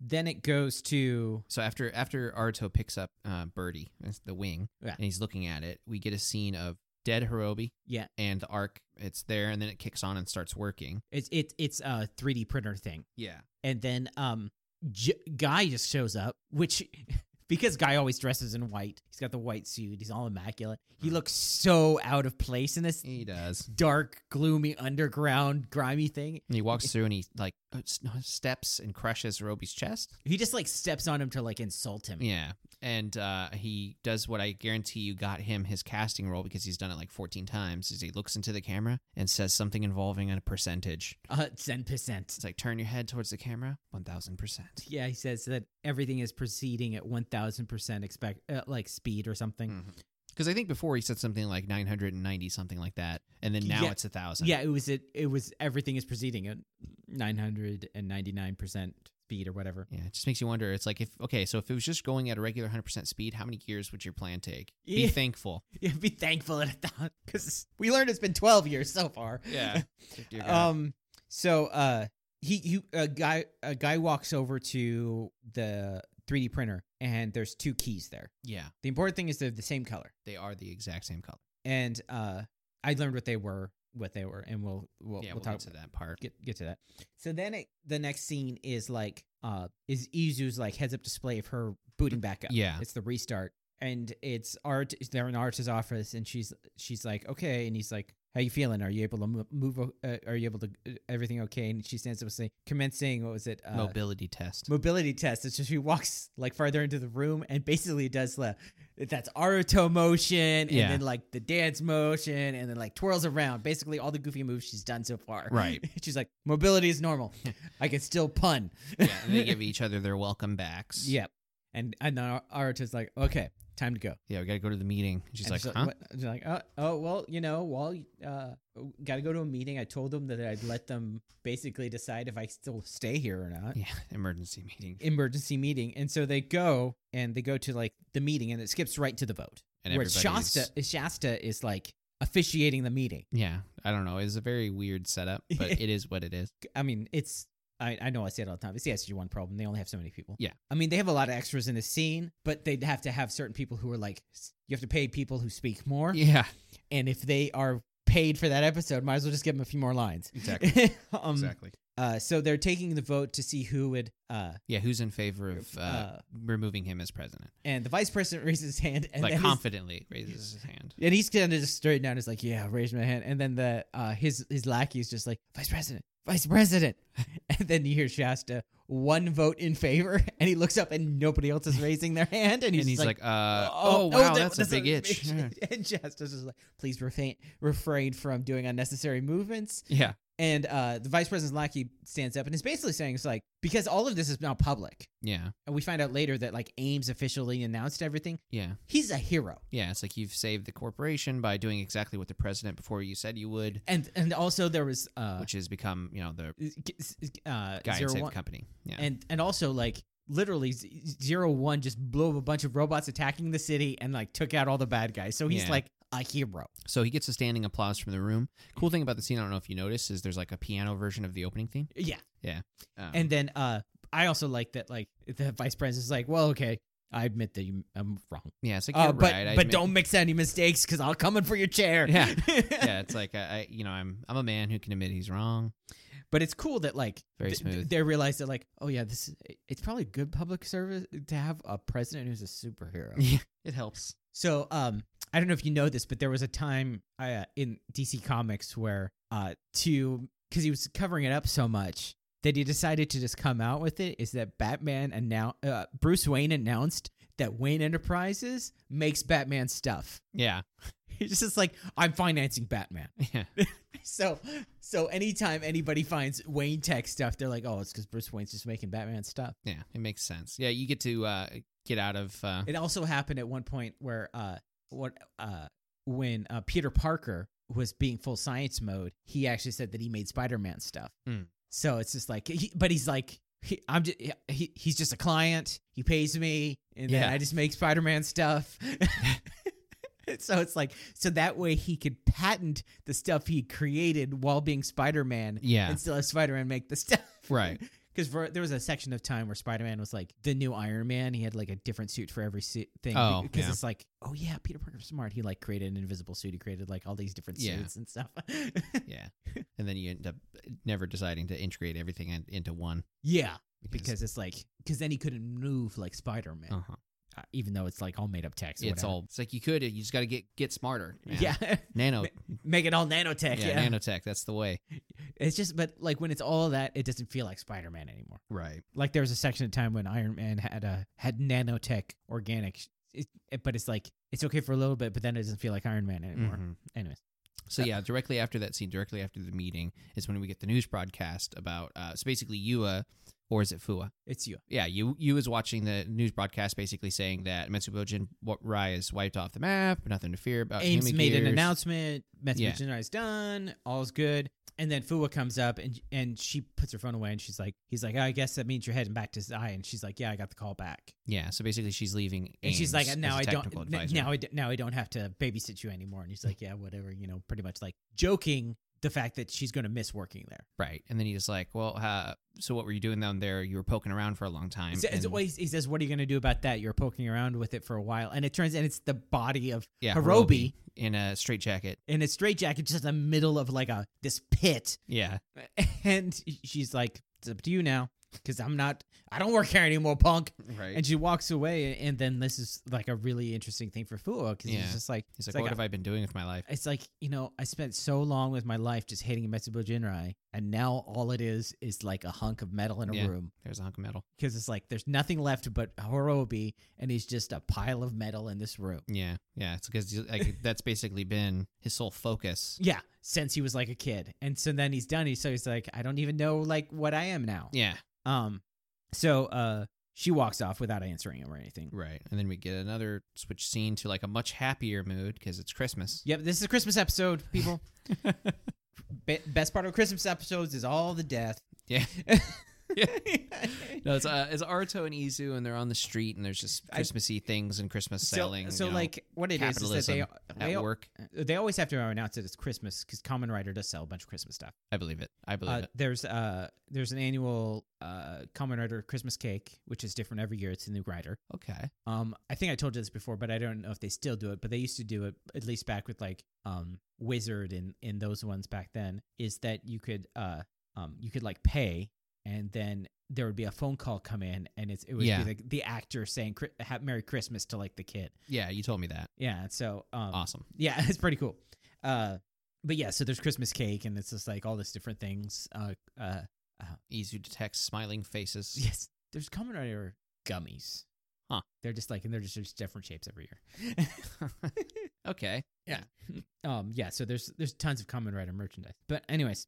then it goes to So after after Aruto picks up uh, Birdie, that's the wing, Yeah. and he's looking at it, we get a scene of dead Hirobi. Yeah. And the arc, it's there, and then it kicks on and starts working. it's it, it's a 3D printer thing, Yeah. and then um, J- Guy just shows up, which. Because Guy always dresses in white. He's got the white suit. He's all immaculate. He Hmm. looks so out of place in this He does. dark, gloomy, underground, grimy thing. And he walks through and he like uh, s- no, steps and crushes Hirobi's chest. He just like steps on him to like insult him. Yeah. And uh, he does what I guarantee you got him his casting role because he's done it like 14 times. Is he looks into the camera and says something involving a percentage. Uh, 10%. It's like turn your head towards the camera, 1000%. Yeah, he says that everything is proceeding at one thousand percent expect uh, like speed or something. Because Hmm, I think before he said something like 990, something like that. And then now Yeah. it's a 1,000. Yeah, it was it. It was everything is proceeding at 999% speed or whatever. Yeah, it just makes you wonder. It's like if okay, so if it was just going at a regular 100% speed, how many gears would your plan take? Be Yeah. thankful. Yeah, be thankful that it's not because we learned it's been 12 years so far. Dear God. Um. So, uh, he he a guy a guy walks over to the 3D printer and there's two keys there. yeah, The important thing is they're the same color. they are the exact same color. And uh, I learned what they were, what they were, and we'll we'll, yeah, we'll we'll, talk get to that part. get get to that. So then it, the next scene is like uh is Izu's like heads up display of her booting back up. Yeah. It's the restart. And it's art they're in Art's office and she's she's like, "Okay." And he's like, "How you feeling? Are you able to mo- move o- uh, are you able to everything okay?" And she stands up and say, "Commencing what was it? Uh, Mobility test. mobility test. It's just she walks like farther into the room and basically does the that's Aruto motion and Yeah. then like the dance motion and then like twirls around. Basically all the goofy moves she's done so far. Right. She's like, mobility is normal. I can still pun. yeah, and they give each other their welcome backs. Yep. And and then Ar- Aruto's like, okay, time to go. yeah, we got to go to the meeting. She's And like, huh? what- she's like, oh, oh, well, you know, well, uh, got to go to a meeting. I told them that I'd let them basically decide if I still stay here or not. Yeah, emergency meeting. emergency meeting. And so they go and they go to like the meeting and it skips right to the vote. And where everybody's. Shasta Shasta is like officiating the meeting. Yeah, I don't know. It's a very weird setup, but it is what it is. I mean, it's I, I know I say it all the time. It's the SG one problem. They only have so many people. Yeah. I mean, they have a lot of extras in the scene, but they'd have to have certain people who are like s- you have to pay people who speak more. Yeah, And if they are paid for that episode, might as well just give them a few more lines. exactly, um, Uh, so they're taking the vote to see who would uh, Yeah, who's in favor of uh, Uh, removing him as president? and the vice president raises his hand and like then his- confidently raises his hand. And he's kind of just straight down. He's like, "Yeah, raise my hand." And then the uh, his his lackey is just like, "Vice President, Vice President." and then you hear Shasta one vote in favor, and he looks up, and nobody else is raising their hand, and he's, and he's like, like, uh, oh, wow, that- that's, a big itch. and Shasta's just like, "Please refrain refrain from doing unnecessary movements." yeah, And uh, the Vice President's lackey stands up and is basically saying, "It's like because all of this is now public." yeah, And we find out later that like Ames officially announced everything. yeah, He's a hero. yeah. It's like you've saved the corporation by doing exactly what the president before you said you would, And and also there was uh, which has become you know the uh, guy and zero save one, the company. Yeah, and and also like literally Z- zero one just blew up a bunch of robots attacking the city and like took out all the bad guys. So he's Yeah. like a hero. so he gets a standing applause from the room. Cool thing about the scene, I don't know if you noticed, is there's like a piano version of the opening theme. Yeah. Um, And then uh, I also like that like the vice president's like, well, okay. I admit that you, I'm wrong, yeah, it's like you're uh, but right. I but admit- don't mix any mistakes because I'll come in for your chair. Yeah. yeah, it's like I, I, you know, I'm I'm a man who can admit he's wrong. but it's cool that like Very th- th- smooth. they realize that like oh yeah this it's probably good public service to have a president who's a superhero. Yeah, it helps. So, um, I don't know if you know this, but there was a time uh, in DC Comics where uh, to because he was covering it up so much that he decided to just come out with it. Is that Batman annou- uh, Bruce Wayne announced that Wayne Enterprises makes Batman stuff. Yeah, He's just like, I'm financing Batman. yeah, So, so anytime anybody finds Wayne Tech stuff, they're like, oh, it's because Bruce Wayne's just making Batman stuff. yeah. It makes sense. Yeah, you get to uh, get out of. Uh, It also happened at one point where uh what uh when uh, Peter Parker was being full science mode, he actually said that he made Spider-Man stuff. Hmm. So it's just like he, but he's like he, I'm just, he, he's just a client. He pays me and then Yeah. I just make Spider-Man stuff. so it's like so that way he could patent the stuff he created while being Spider-Man yeah, and still have Spider-Man make the stuff. right. Because there was a section of time where Spider Man was like the new Iron Man. He had like a different suit for every suit thing. Oh, because yeah. it's like, oh yeah, Peter Parker's smart. He like created an invisible suit. He created like all these different Yeah. suits and stuff. Yeah, and then you end up never deciding to integrate everything in, into one yeah, because it's like, because then he couldn't move like Spider Man, uh-huh. uh, even though it's like all made up text. or it's whatever. all. It's like you could. You just got to get get smarter. man. yeah, nano. make it all nanotech. Yeah, Yeah, nanotech. That's the way. it's just, but like when it's all that, it doesn't feel like Spider Man anymore. Right. like there was a section of time when Iron Man had a had nanotech organic, sh- it, it- but it's like it's okay for a little bit, but then it doesn't feel like Iron Man anymore. Mhm. Anyways, So yeah, directly after that scene, directly after the meeting, is when we get the news broadcast about. Uh, so basically, Yua, or is it Fua? it's you. yeah, you you was watching the news broadcast basically saying that Mitsubojin Rai is wiped off the map, nothing to fear about. Ames Hemigears. made an announcement. Uh, Yeah. Message is done. All's good. And then Fuwa comes up and and she puts her phone away and she's like, he's like, I guess that means you're heading back to Zai. And she's like, yeah, I got the call back. Yeah. So basically, she's leaving. And she's Ames like, as now a I don't, technical n- advisor. now I d- now I don't have to babysit you anymore. And he's like, yeah, whatever, you know, pretty much like joking the fact that she's going to miss working there. right. And then he's like, well, uh, so what were you doing down there? You were poking around for a long time. He sa- and- well, he, he says, what are you going to do about that? You're poking around with it for a while, and it turns and it's the body of yeah, Hirobi. in a straitjacket. in a straitjacket just in the middle of like a this pit, Yeah. and she's like, it's up to you now. Because I'm not, I don't work here anymore, punk. Right. And she walks away, and then this is like a really interesting thing for Fuo because Yeah. he's just like, he's it's like, like what a- have I been doing with my life? it's like you know I spent so long with my life just hating Metsubo Jinrai, and now all it is is like a hunk of metal in a Yeah. room There's a hunk of metal. because it's like there's nothing left but Horobi, and he's just a pile of metal in this room. Yeah. Yeah. It's because like, that's basically been his sole focus. Yeah, since he was like a kid, and so then he's done. He's so he's like I don't even know like what I am now. Yeah. Um, so uh, she walks off without answering him or anything. Right. And then we get another switch scene to like a much happier mood because it's Christmas. Yep, this is a Christmas episode, people. Be- best part of Christmas episodes is all the death. Yeah. No, it's uh, it's Arto and Izu, and they're on the street, and there's just I- Christmassy things and Christmas selling. So, so you know, like, what it is is that they capitalism they, at work, they always have to announce it as Christmas because Common Rider does sell a bunch of Christmas stuff. I believe it. I believe Uh, it. there's uh there's an annual uh Common Rider Christmas cake which is different every year. It's a new rider. Okay. Um, I think I told you this before, but I don't know if they still do it. But they used to do it at least back with like um Wizard and in those ones back then. Is that you could uh um you could like pay and then there would be a phone call come in and it's it would Yeah. be like the actor saying "Chri- ha- Merry Christmas to like the kid. Yeah, you told me that. Yeah. So um Awesome. yeah, it's pretty cool. Uh, but yeah, so there's Christmas cake and it's just like all this different things. Uh, uh, Izu detects smiling faces. yes, there's Kamen Rider gummies. Huh. They're just like, and they're just, just different shapes every year. okay. um, yeah, so there's there's tons of Kamen Rider merchandise. But anyways,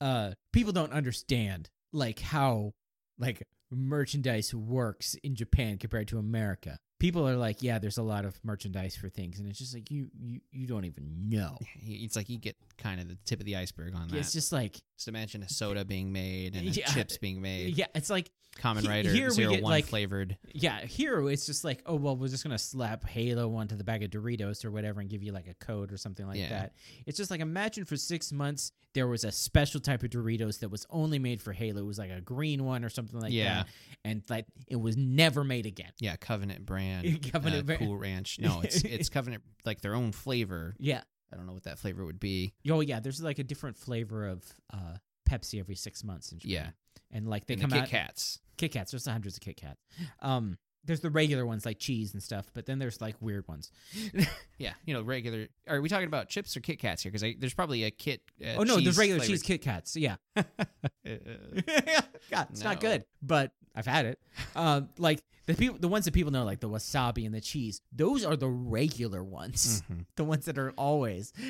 uh, people don't understand like how like merchandise works in Japan compared to America. People are like, yeah, there's a lot of merchandise for things, and it's just like you you you don't even know. He- It's like you get kind of the tip of the iceberg on that. It's Just, just like imagine a soda being made and a Yeah. chips being made. yeah, it's like Common He- Rider here we zero get, one like- flavored. Yeah, here it's just like, oh well, we're just gonna slap Halo onto the bag of Doritos or whatever and give you like a code or something like Yeah. that. It's just like imagine for six months there was a special type of Doritos that was only made for Halo. It was like a green one or something like Yeah. that, and like it was never made again. Yeah, Covenant brand. Covenant uh, brand. Cool Ranch. No, it's it's Covenant like their own flavor. Yeah. I don't know what that flavor would be. Oh yeah, there's like a different flavor of uh, Pepsi every six months in Japan. Yeah. and like they and come the Kit out Kats. Kit Kats. There's hundreds of Kit Kats. Um, there's the regular ones like cheese and stuff, but then there's like weird ones. Yeah, you know, regular. Are we talking about chips or Kit Kats here? Because there's probably a Kit. Uh, oh no, cheese there's regular flavored- cheese Kit Kats. Yeah. Uh, God, it's not No. good, but I've had it. Um, like the people, the ones that people know, like the wasabi and the cheese, those are the regular ones, mhm. the ones that are always.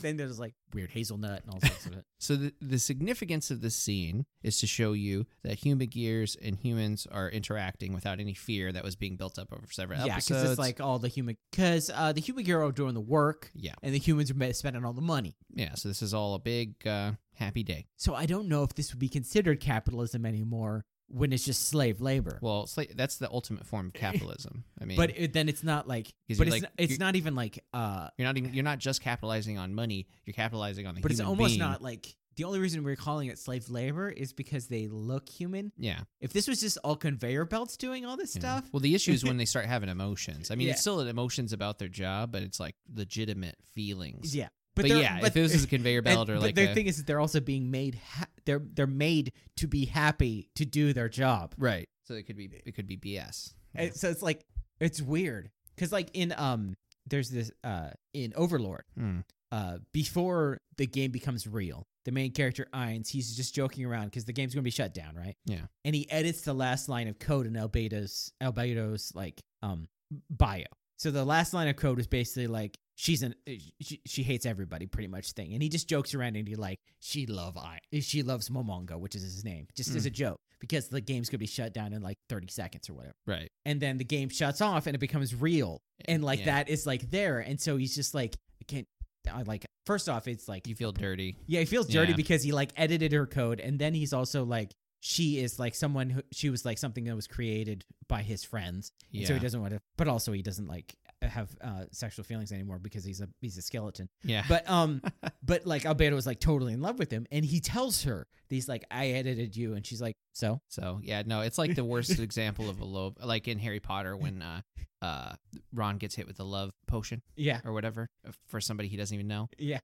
then there's like weird hazelnut and all sorts of it. So the, the significance of this scene is to show you that human gears and humans are interacting without any fear that was being built up over several yeah, episodes. because it's like all the human, because uh, the human hero are doing the work, yeah, and the humans are ma- spending all the money. yeah. So this is all a big uh, happy day. So I don't know if this would be considered capitalism anymore when it's just slave labor. Well, it's like, that's the ultimate form of capitalism. I mean, but it, then it's not like, 'Cause you're but it's like- not, it's you're- not even like uh you're not even you're not just capitalizing on money. You're capitalizing on the. but it's human almost being. not like the only reason we're calling it slave labor is because they look human. Yeah. If this was just all conveyor belts doing all this Yeah. stuff, Well, the issue is when they start having emotions. I mean, Yeah. it's still emotions about their job, but it's like legitimate feelings. yeah. But, they're- yeah, if this is a conveyor and- belt or but like their a, thing is that they're also being made. Ha- they're they're made to be happy to do their job. right, so it could be it could be BS. And so it's like it's weird because like in um there's this uh in Overlord Hmm. uh, before the game becomes real, the main character Ainz, he's just joking around because the game's going to be shut down, right? Yeah. And he edits the last line of code in Albedo's Albedo's like um bio. So the last line of code is basically like she's an uh, she, she hates everybody pretty much thing, and he just jokes around and he like she love I she loves Momongo, which is his name, just Hmm. as a joke because the game's going to be shut down in like thirty seconds or whatever Right. and then the game shuts off and it becomes real and like Yeah. that is like there and so he's just like i can't I like first off, it's like You feel dirty. yeah, he feels dirty Yeah. because he like edited her code, and then he's also like she is like someone who she was like something that was created by his friends, and Yeah. so he doesn't want to. But also, he doesn't like have uh, sexual feelings anymore because he's a he's a skeleton. yeah. But um, but like Albedo is like totally in love with him, and he tells her these like I edited you, and she's like so So yeah, no, it's like the worst example of a love, like in Harry Potter when uh, uh, Ron gets hit with the love potion yeah or whatever uh, for somebody he doesn't even know. yeah.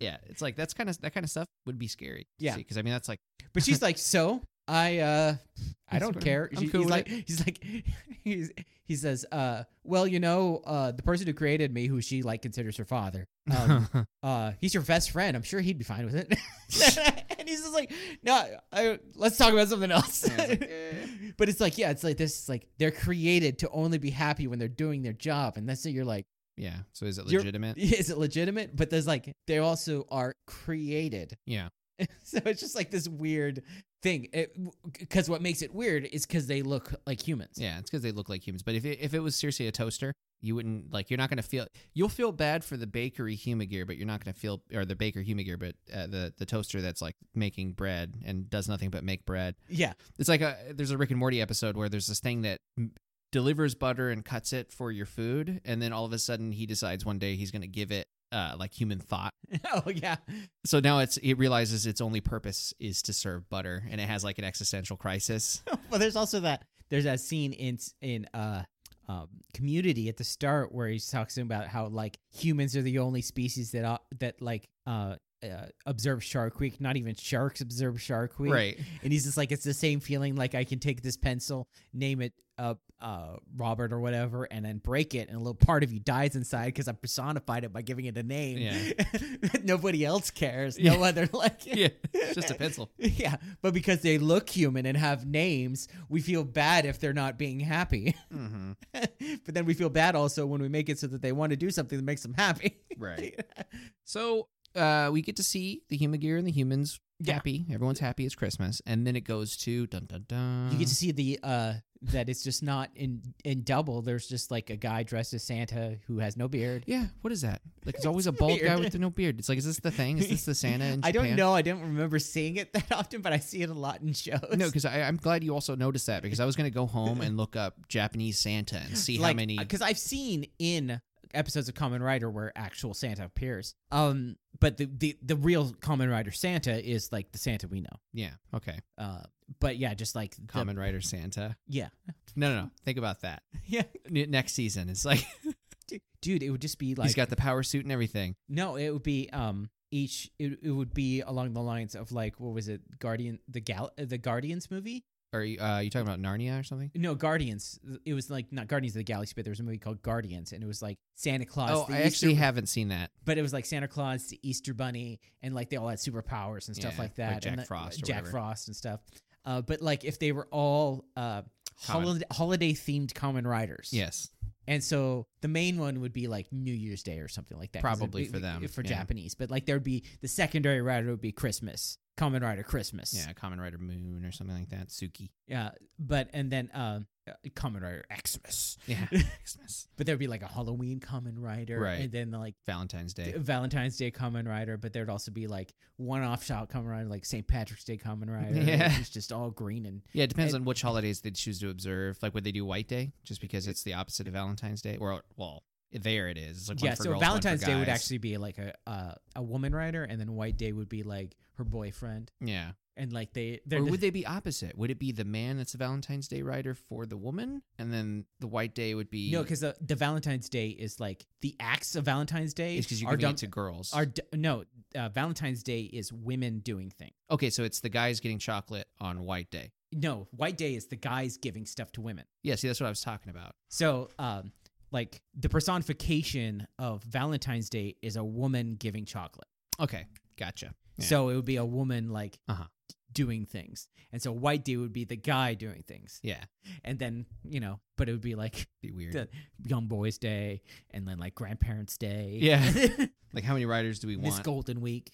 Yeah, it's like that's kind of that kind of stuff would be scary. Yeah. because I mean that's like But she's like, so I uh I That's don't fine. care. I'm She- cool he's with like he's like he's, he says, uh, well, you know, uh the person who created me, who she like considers her father, um, uh, he's your best friend. I'm sure he'd be fine with it. and he's just like, no, I, let's talk about something else. Yeah, it's like, eh. but it's like, yeah, it's like this, is like they're created to only be happy when they're doing their job, and that's it. You're like, yeah. So is it You're- legitimate? is it legitimate? But there's like they also are created Yeah, so it's just like this weird thing because what makes it weird is because they look like humans yeah. It's because they look like humans. But if it, if it was seriously a toaster, you wouldn't like. You're not gonna feel. You'll feel bad for the bakery humigear, but you're not gonna feel or the baker humigear, but uh, the the toaster that's like making bread and does nothing but make bread. yeah It's like a there's a Rick and Morty episode where there's this thing that m- delivers butter and cuts it for your food, and then all of a sudden he decides one day he's going to give it uh, like human thought. oh yeah So now it's it realizes its only purpose is to serve butter, and it has like an existential crisis. well there's also that there's that scene in in uh um, community at the start where he's talking about how like humans are the only species that uh, that like uh, uh observe shark week not even sharks observe shark week Right? and he's just like it's the same feeling like i can take this pencil name it uh, uh robert or whatever and then break it and a little part of you dies inside because i personified it by giving it a name that nobody else cares no Yeah. other like Yeah, it's just a pencil. yeah but because they look human and have names we feel bad if they're not being happy hmm but then we feel bad also when we make it so that they want to do something that makes them happy Right. So uh, we get to see the humigear and the humans Yeah. happy. Everyone's happy. It's Christmas, and then it goes to dun dun dun. You get to see the uh that it's just not in in double. There's just like a guy dressed as Santa who has no beard. yeah, what is that? Like, it's always a It's bald guy weird. with no beard. It's like, is this the thing? Is this the Santa? In I don't Japan? know. I don't remember seeing it that often, but I see it a lot in shows. No, because I'm glad you also noticed that because I was going to go home and look up Japanese Santa and see how many. because I've seen in episodes of Common Rider where actual Santa appears. Um, but the the the real Common Rider Santa is like the Santa we know. Yeah, okay. Uh, but yeah, just like the- Common Rider Santa. yeah, No, no, no. Think about that. yeah, N- next season, it's like, dude. It would just be like he's got the power suit and everything. No, it would be um each it, it would be along the lines of like what was it Guardian the Gal uh, the Guardians movie? Are you, uh, you talking about Narnia or something? No, Guardians. It was like not Guardians of the Galaxy, but there was a movie called Guardians, and it was like Santa Claus. Oh, the I actually Easter- haven't seen that. But it was like Santa Claus, the Easter Bunny, and like they all had superpowers and stuff Yeah, like like that. and Jack that- Frost or Jack whatever. Frost and stuff. Uh, but like if they were all uh Common. holiday holiday themed common riders. Yes. And so the main one would be like New Year's Day or something like that. 'cause it'd Probably be- for them, For yeah. Japanese. But like there would be the secondary rider would be Christmas, Common Rider Christmas. Yeah, Common Rider Moon or something like that. Suki. Yeah. But, and then um, uh, Common Rider Xmas. Yeah. Christmas. But there'd be like a Halloween Common Rider. Right. And then like Valentine's Day. Valentine's Day Common Rider. But there'd also be like one off shot Common Rider, like St. Patrick's Day Common Rider. Yeah. It's just all green and Yeah, it depends and- on which holidays they choose to observe. Like, would they do White Day just because it's the opposite of Valentine's Day? Or, well, there it is. It's like one yeah, for so girls, one for Valentine's Day would guys. actually be like a uh, a woman rider, and then White Day would be like her boyfriend, Yeah. and like they they're or would they be opposite? Would it be the man that's a Valentine's Day rider for the woman, and then the white day would be No, because the, the Valentine's Day is like the acts of Valentine's Day. it's because you're are giving done- it to girls. are d- no uh, Valentine's Day is women doing things. okay, so it's the guys getting chocolate on white day. No, White Day is the guys giving stuff to women. Yeah, see, that's what I was talking about. So, um, like the personification of Valentine's Day is a woman giving chocolate. Okay, gotcha. Yeah. So it would be a woman like Uh-huh. doing things, and so White Day would be the guy doing things, Yeah, and then you know, but it would be like be weird. the Young Boys Day, and then like Grandparents Day, Yeah. like, how many riders do we Miss want? Golden Week.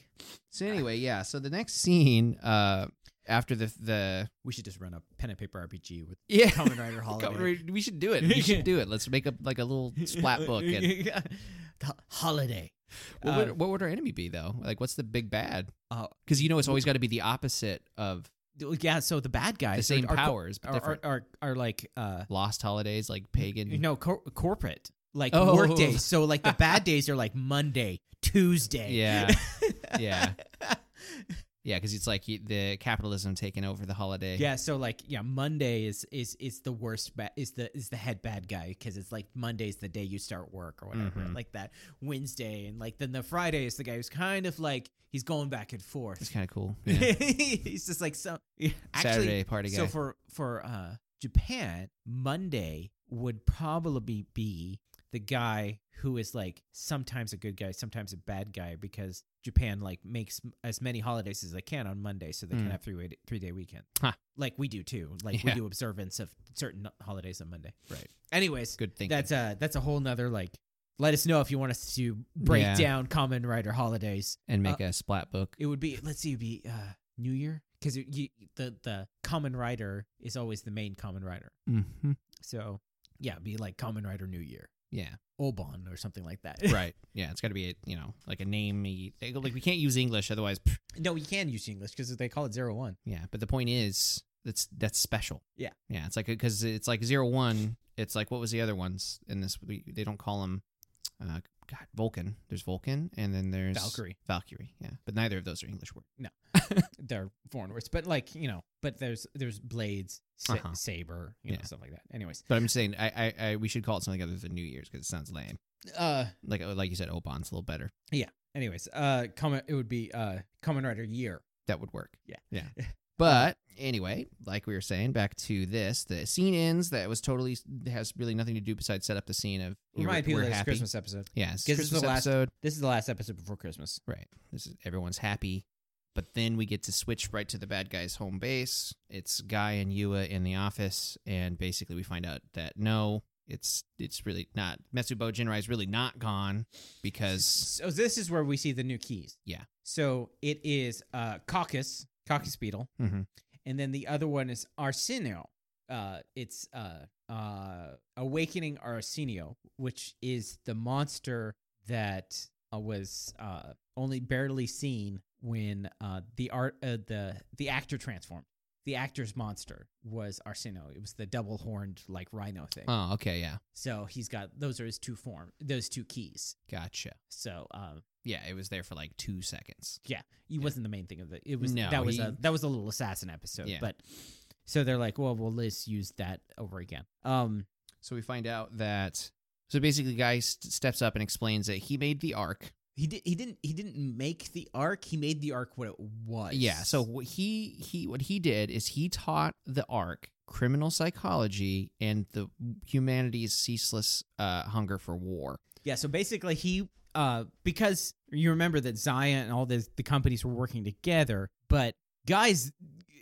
so anyway, yeah. So the next scene, uh, after the the We should just run a pen and paper RPG with yeah, Common Rider Holiday. Kamen Rider- we should do it. We should do it. Let's make up like a little splat book and The holiday. What, Uh, would, what would our enemy be though? Like, what's the big bad? Oh. because you know it's always got to be the opposite of Well, uh, Yeah, so the bad guys the are- same are, co- powers, but are, are, different. are are like uh Lost holidays like pagan. you know cor- corporate like Oh. work days. So like the bad days are like Monday, Tuesday. Yeah, yeah. yeah, because it's like you- the capitalism taking over the holiday. Yeah, so like yeah, Monday is is is the worst ba- is the is the head bad guy because it's like Monday's the day you start work or whatever Mhm. like that. Wednesday and like then the Friday is the guy who's kind of like he's going back and forth. it's kind of cool. Yeah. he's just like so actually Saturday party guy. So for for uh, Japan, Monday would probably be the guy who is like sometimes a good guy, sometimes a bad guy, because Japan like makes m- as many holidays as they can on Monday, so they Mm. can have three way three day weekend, Huh. like we do too. Like we Yeah. do observance of certain holidays on Monday. Right. Anyways, Good thing. that's a that's a whole nother like. Let us know if you want us to break Yeah. down common writer holidays. and make a splat book. It would be let's see, it'd be uh, New Year because you, the the common writer is always the main common writer. Mm-hmm. So yeah, it'd be like common writer New Year, Yeah. Obon or something like that. Right. Yeah. It's got to be a, you know like a name. Like we can't use English otherwise. pff, no, you can use English because they call it zero one. Yeah. But the point is that's that's special. Yeah. Yeah. It's like because it's like zero one. It's like what was the other ones in this? We, they don't call them. Uh, God, Vulcan. There's Vulcan, and then there's Valkyrie. Valkyrie. Yeah. But neither of those are English words. They're foreign words, but like you know, but there's there's blades, sa- Uh-huh. saber, you know, Yeah. stuff like that. Anyways, But I'm just saying, I, I, I we should call it something other than New Year's because it sounds lame. uh, Like like you said, Obon's a little better. anyways, uh, common it would be uh, common writer year. that would work. Yeah. Uh-huh. Yeah. But anyway, like we were saying, back to this, the scene ends that was totally has really nothing to do besides set up the scene of here, Remind people we're of this happy. Christmas episode. Yeah, it's 'Cause this is Christmas the last- episode. This is the last episode before Christmas. Right. This is everyone's happy. But then we get to switch right to the bad guy's home base. It's Guy and Yua in the office, and basically we find out that no, it's it's really not Metsubo Jinrai is really not gone because So this is where we see the new keys. Yeah. So it is uh Caucus, Caucus beetle, Mhm. and then the other one is Arsenio. Uh, it's uh uh awakening Arsenio, which is the monster that uh, was uh only barely seen when uh the art uh, the the actor transformed. The actor's monster was Arsenio. It was the double horned like rhino thing. oh okay yeah So he's got those are his two form those two keys. gotcha So um yeah it was there for like two seconds he wasn't the main thing of the it was No, that was he- a that was a little assassin episode Yeah. but so they're like well well let's use that over again um So we find out that so basically, guy st- steps up and explains that he made the arc. he did he didn't he didn't make the arc he made the arc what it was Yeah. So what he he what he did is he taught the arc criminal psychology and the humanity's ceaseless uh, hunger for war. yeah so basically he uh because you remember that Zaya and all the the companies were working together but guys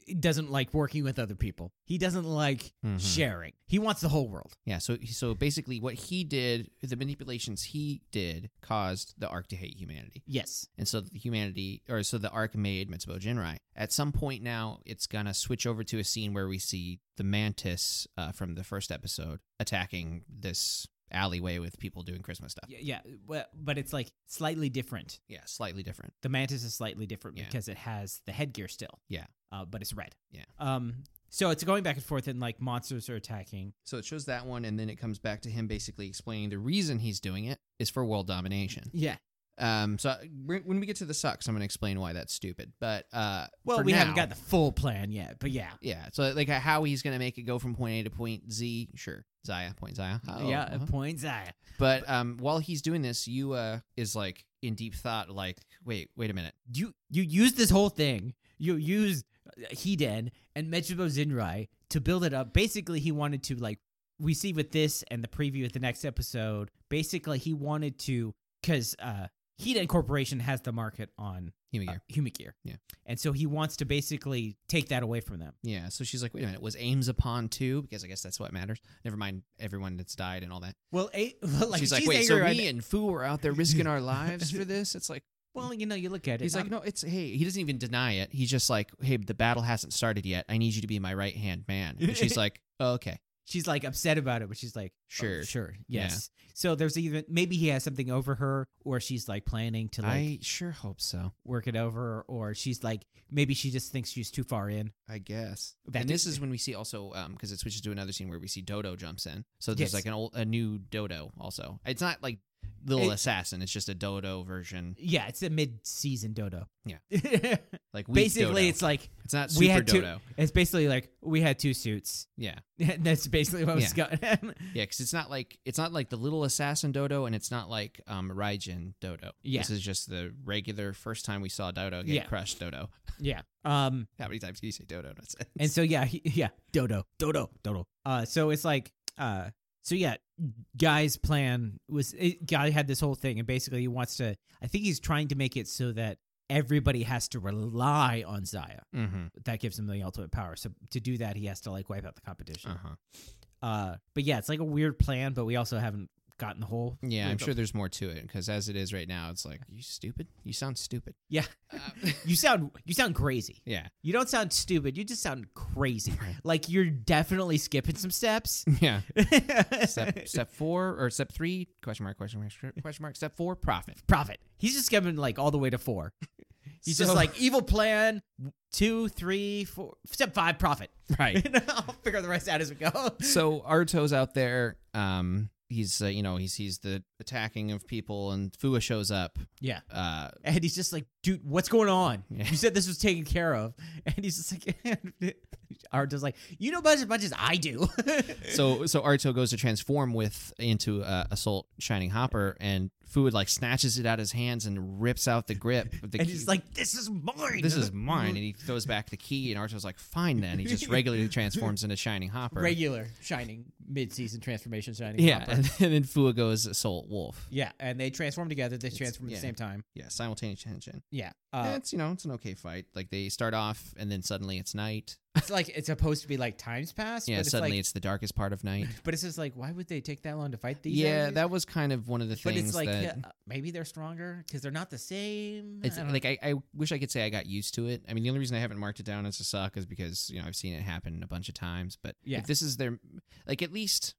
eh, doesn't like working with other people he doesn't like Mhm. sharing he wants the whole world Yeah. So so basically, what he did, the manipulations he did, caused the arc to hate humanity, yes and so the humanity or so the arc made Mitsubo Jinrai. At some point now, it's gonna switch over to a scene where we see the mantis uh, from the first episode attacking this alleyway with people doing Christmas stuff. yeah, yeah but- but it's like slightly different Yeah, slightly different. The mantis is slightly different Yeah. because it has the headgear still. Yeah. Uh, but it's red. Yeah. Um. So it's going back and forth, and like monsters are attacking. So it shows that one, and then it comes back to him basically explaining the reason he's doing it is for world domination. Yeah. Um, so when when we get to the sucks, I'm gonna explain why that's stupid. But uh, Well, for we haven't now- got the full plan yet, but yeah. Yeah, so like how he's gonna make it go from point A to point Z, sure, Zaya, point Zaya, Oh, yeah. uh-huh. Point Zaya. But um, while he's doing this, Yua is like in deep thought, like, wait, wait a minute. You you used this whole thing. You used Hiden and Mechibo Zinrai to build it up. Basically, he wanted to like we see with this and the preview of the next episode. Basically, he wanted to because uh, Hiden Corporation has the market on Give me uh, here. humic gear. Yeah. And so he wants to basically take that away from them. Yeah, so she's like, wait a minute, was Ames upon too? Because I guess that's what matters. Never mind everyone that's died and all that. Well, a, well like she's like, wait, so angry me right now. and Fu were out there risking our lives for this? It's like, well, you know, you look at it. he's like, I'm- no, it's, hey, he doesn't even deny it. He's just like, hey, the battle hasn't started yet. I need you to be my right hand man. And she's like, oh, okay. she's like upset about it, but she's like, "Oh, Sure. sure, Yeah. yes. So there's even maybe he has something over her, or she's like planning to like I sure hope so. work it over, or she's like maybe she just thinks she's too far in. I guess. That and this is- is when we see also because it switches to another scene where we see Dodo jumps in. So there's Yes. like an old, a new Dodo also. It's not like Little It- Assassin. It's just a Dodo version. Yeah, it's a mid-season dodo. Yeah. Yeah, Like weak basically, Dodo. it's like it's not super we had two- Dodo. it's basically like we had two suits. Yeah, That's basically what was going. yeah. Because it's not like it's not like the Little Assassin Dodo, and it's not like um Raijin Dodo. Yeah. This is just the regular first time we saw Dodo get Yeah. crushed. Dodo. yeah. Um. How many times can you say Dodo? That's it. And so yeah, he, yeah, dodo, dodo, dodo. Uh, so it's like, uh, so yeah, guy's plan was it, guy had this whole thing, and basically he wants to. I think he's trying to make it so that everybody has to rely on Zaya. mm-hmm. That gives him the ultimate power. So to do that, he has to like wipe out the competition. Uh huh. Uh, but yeah, it's like a weird plan, but we also haven't gotten the whole. Yeah, I'm the- sure there's more to it because as it is right now, it's like you stupid. You sound stupid. Yeah. Uh, You sound you sound crazy. yeah. You don't sound stupid. You just sound crazy. Like you're definitely skipping some steps. Yeah. Step step four or step three? Question mark? Question mark? stri- Question mark? Step four? Profit. profit. He's just skipping like all the way to four. He's So- just like evil plan two, three, four, step five, profit. right. I'll figure the rest out as we go. so Arto's out there. Um, he's uh, you know he sees the attacking of people, and Fua shows up. Yeah, Uh, and he's just like, dude, what's going on? Yeah. You said this was taken care of, and he's just like, Arto's like, you know about as much as I do. so so Arto goes to transform with into uh, assault shining hopper, and Fua like snatches it out of his hands and rips out the grip. of The and key. he's like, this is mine. "This is mine," and he throws back the key, and Arto's like, "Fine then." He just regularly transforms into shining hopper. regular shining mid-season transformation shining. yeah, Hopper. and then Fua goes assault wolf. yeah, and they transform together. They It's- transform at yeah. the same time. Yeah, simultaneous tension. Yeah, Yeah, uh, Eh, it's you know it's an okay fight. Like they start off and then suddenly it's night. it's like it's supposed to be like times pass. Yeah, but it's suddenly like, it's the darkest part of night. But it's just like, why would they take that long to fight these? yeah, enemies? that was kind of one of the But things it's like that uh, maybe they're stronger because they're not the same. it's I don't like I, I wish I could say I got used to it. I mean, the only reason I haven't marked it down as a suck is because you know I've seen it happen a bunch of times. But Yeah. if this is their like, at least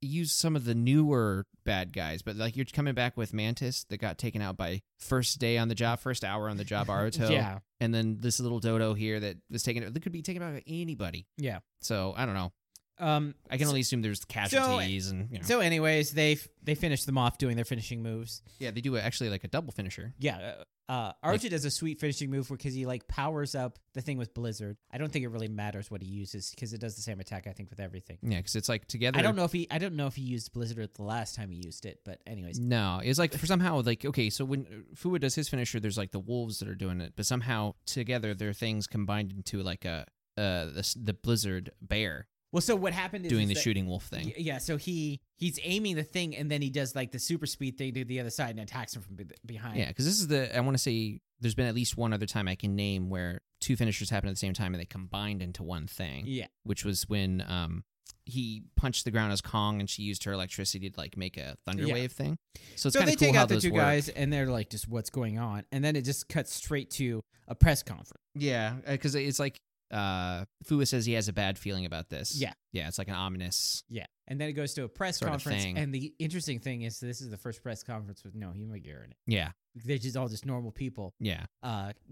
use some of the newer bad guys. But like you're coming back with Mantis that got taken out by first day on the job, first hour on the job, know. Aruto. yeah, and then this little Dodo here that was taken. It could be taken out by anybody. yeah. So I don't know. Um, I can only assume there's casualties and you know. so anyways, they f- they finish them off doing their finishing moves. yeah, they do actually like a double finisher. Yeah, uh, uh, Archer does a sweet finishing move because he like powers up the thing with Blizzard. I don't think it really matters what he uses because it does the same attack. I think with everything. Yeah, because it's like together. I don't know if he I don't know if he used Blizzard the last time he used it, but anyways, No, it's like for somehow like okay, so when Fua does his finisher, there's like the wolves that are doing it, but somehow together their things combined into like a uh the, s- the blizzard bear well, so what happened is doing is the that- shooting wolf thing. Y- Yeah, so he he's aiming the thing and then he does like the super speed thing to the other side and attacks him from be- behind. Yeah, because this is the I want to say there's been at least one other time I can name where two finishers happened at the same time and they combined into one thing, Yeah. which was when um he punched the ground as Kong and she used her electricity to like make a thunder Yeah. wave thing. So it's So kind they of cool take how out the those two work. guys and they're like just what's going on? And then it just cuts straight to a press conference. Yeah, because it's like uh Fua says he has a bad feeling about this. Yeah. yeah, it's like an ominous. Yeah. And then it goes to a press Sort of conference thing. and the interesting thing is this is the first press conference with no human gear in it. Yeah, They're just all just normal people, yeah,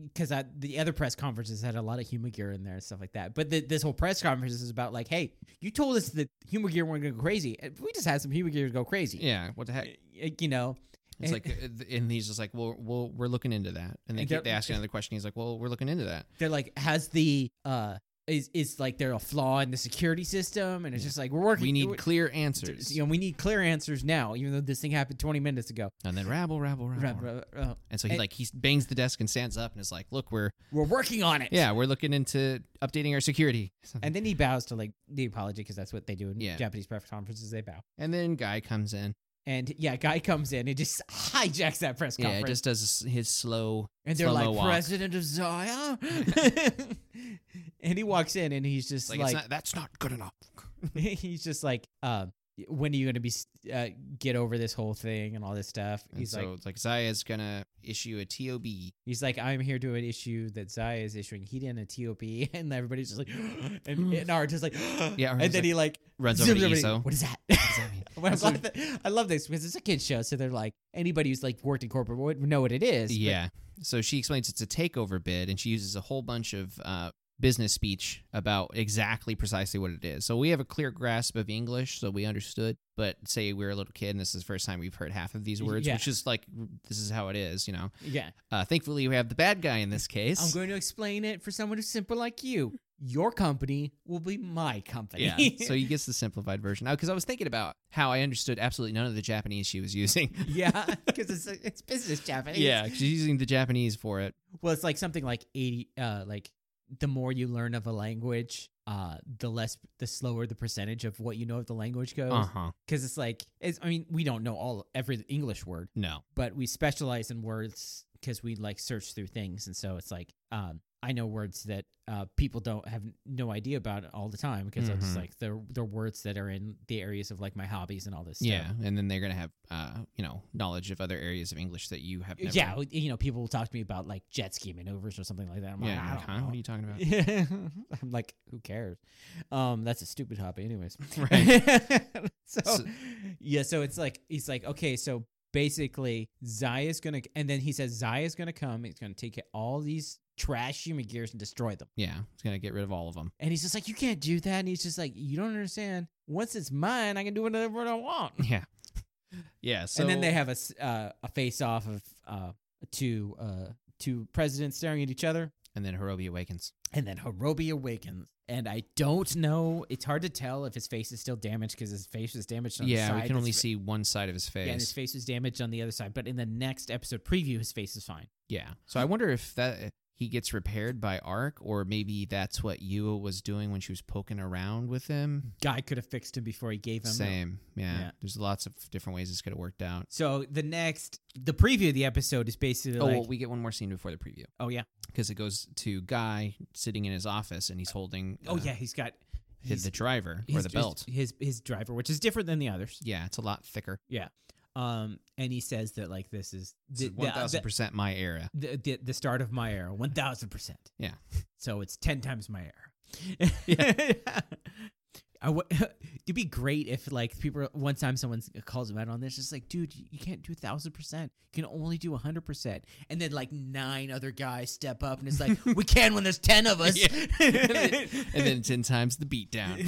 because I the other press conferences had a lot of human gear in there and stuff like that. But the, this whole press conference is about like, hey, you told us that human gear weren't going to go crazy. We just had some human gear go crazy. yeah. What the heck? Uh, You know, It's like, uh, th- and he's just like, well, well, we're looking into that, and they eh. And keep, they're- they ask another question. He's like, well, we're looking into that. they're like has the uh is is like there a flaw in the security system and it's just like we're working We we're- need clear answers. you know we need clear answers now even though this thing happened 20 minutes ago And then rabble, rabble, rabble. Right, right, right, uh, And so he And- like he bangs the desk and stands up and is like, look, we're we're working on it yeah, we're looking into updating our security. and then he bows to like the apology because that's what they do in Yeah. japanese press conferences they bow And then guy comes in. and yeah guy comes in and just hijacks that press Yeah, conference it just does his- his slow. and they're like slow-mo walk. president of zaya and he walks in and he's just Like, like it's not, that's not good enough. he's just like, um, when are you going to be s- uh, get over this whole thing and all this stuff? And He's so like, it's like Zaya's gonna issue a TOB. he's like, I'm here to an issue that Zaya is issuing. He did a TOP, and everybody's just like, and, and Naruto's like, Yeah, and then he like runs over zooms to everybody, Iso. What is that? does that mean? Well, That's I, love that- I love this because it's a kids show, so they're like anybody who's like worked in corporate would know what it is. but- Yeah. So she explains it's a takeover bid, and she uses a whole bunch of uh, business speech about exactly precisely what it is. So we have a clear grasp of English, so we understood. But say we were a little kid, and this is the first time we've heard half of these words, Yeah. which is like this is how it is, you know. yeah. Uh, thankfully, we have the bad guy in this case. I'm going to explain it for someone who's simple like you. Your company will be my company. yeah. so he gets the simplified version. Because I was thinking about how I understood absolutely none of the Japanese she was using. yeah, because it's it's business Japanese. yeah, she's using the Japanese for it. Well, it's like something like eighty. Uh, like the more you learn of a language, uh, the less, the slower the percentage of what you know of the language Uh goes. huh. Because it's like, it's, I mean, we don't know all every English word, No. but we specialize in words because we like search through things, and so it's like, um, I know words that uh, people don't have no idea about all the time because it's Mhm. like they're they're words that are in the areas of like my hobbies and all this. stuff. Yeah, and then they're gonna have uh, you know knowledge of other areas of English that you have. Never Yeah, well, you know, people will talk to me about like jet ski maneuvers or something like that. I'm yeah. like, like, I huh? don't What are know. you talking about? I'm like, who cares? Um, that's a stupid hobby, anyways. right. so, So- yeah, so it's like he's like, okay, so basically Zaya's gonna, and then he says Zaya's gonna come. He's gonna take all these trash human gears and destroy them. Yeah, it's gonna get rid of all of them. And he's just like, you can't do that. And he's just like, you don't understand. Once it's mine, I can do whatever I want. Yeah, yeah. So and then they have a s- uh, a face off of uh, two uh, two presidents staring at each other. and then Hirobi awakens. And then Hirobi awakens. And I don't know. It's hard to tell if his face is still damaged because his face is damaged on the Yeah, side. we can only His fa- see one side of his face. Yeah, Yeah, and his face was damaged on the other side. But in the next episode preview, his face is fine. So I wonder if that eh, he gets repaired by Ark, or maybe that's what Yua was doing when she was poking around with him. Guy could have fixed him before he gave him. the- Same. Yeah. Yeah. There's lots of different ways this could have worked out. So the next, the preview of the episode is basically Oh, like, well, we get one more scene before the preview oh yeah, because it goes to Guy sitting in his office and he's holding. oh uh, yeah, he's got his, he's, the driver or he's- the he's- belt. his his driver, which is different than the others. yeah, it's a lot thicker. Um, and he says that like this is This is the- one the- thousand percent my era. the, the, the start of my era, one thousand percent. Yeah. So it's ten times my era. yeah. I w- it'd be great if like people one time someone calls him out on this, just like, dude, you you can't do thousand percent. You can only do hundred percent. And then like nine other guys step up and it's like, we can when there's ten of us. Yeah. And then ten times the beatdown.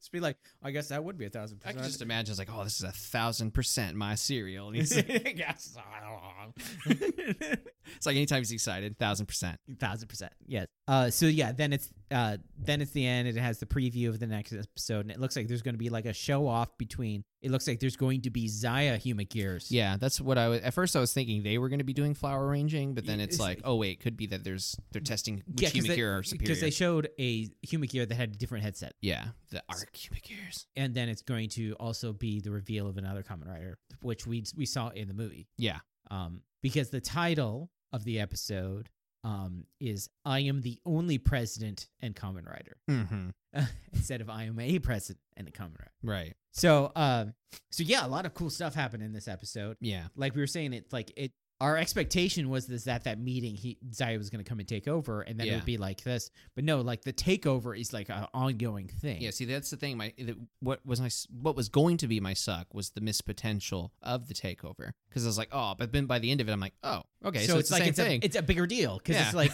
just be like, I guess that would be a thousand I percent. can just imagine it's like, oh, this is a thousand percent my cereal. And he's, Yes. it's like anytime he's excited, thousand percent. thousand percent yes uh so yeah then it's uh then it's the end and it has the preview of the next episode and it looks like there's going to be like a show off between it looks like there's going to be zaya human gears Yeah, that's what I was. At first, I was thinking they were going to be doing flower arranging, but then Yeah, it's, it's- like, oh wait, could be that there's they're testing which Yeah, 'cause human they- gear are superior. because they showed a human gear that had a different headset yeah, the arc human gears. and then it's going to also be the reveal of another common rider which we we saw in the movie Yeah, um because the title of the episode um is i am the only president and common rider mm-hmm. instead of i am a president and a common rider right. So, uh, so yeah, a lot of cool stuff happened in this episode. Yeah, Like we were saying, it's like it. Our expectation was this that that meeting he Zaya was going to come and take over, and then it Yeah. would be like this. But no, like the takeover is like an ongoing thing. yeah. See, that's the thing. My the, what was my s- what was going to be my suck was the missed potential of the takeover because I was like, oh, but then by the end of it, I'm like, oh, okay, so, it's, the like same it's thing. a it's a bigger deal because Yeah. it's like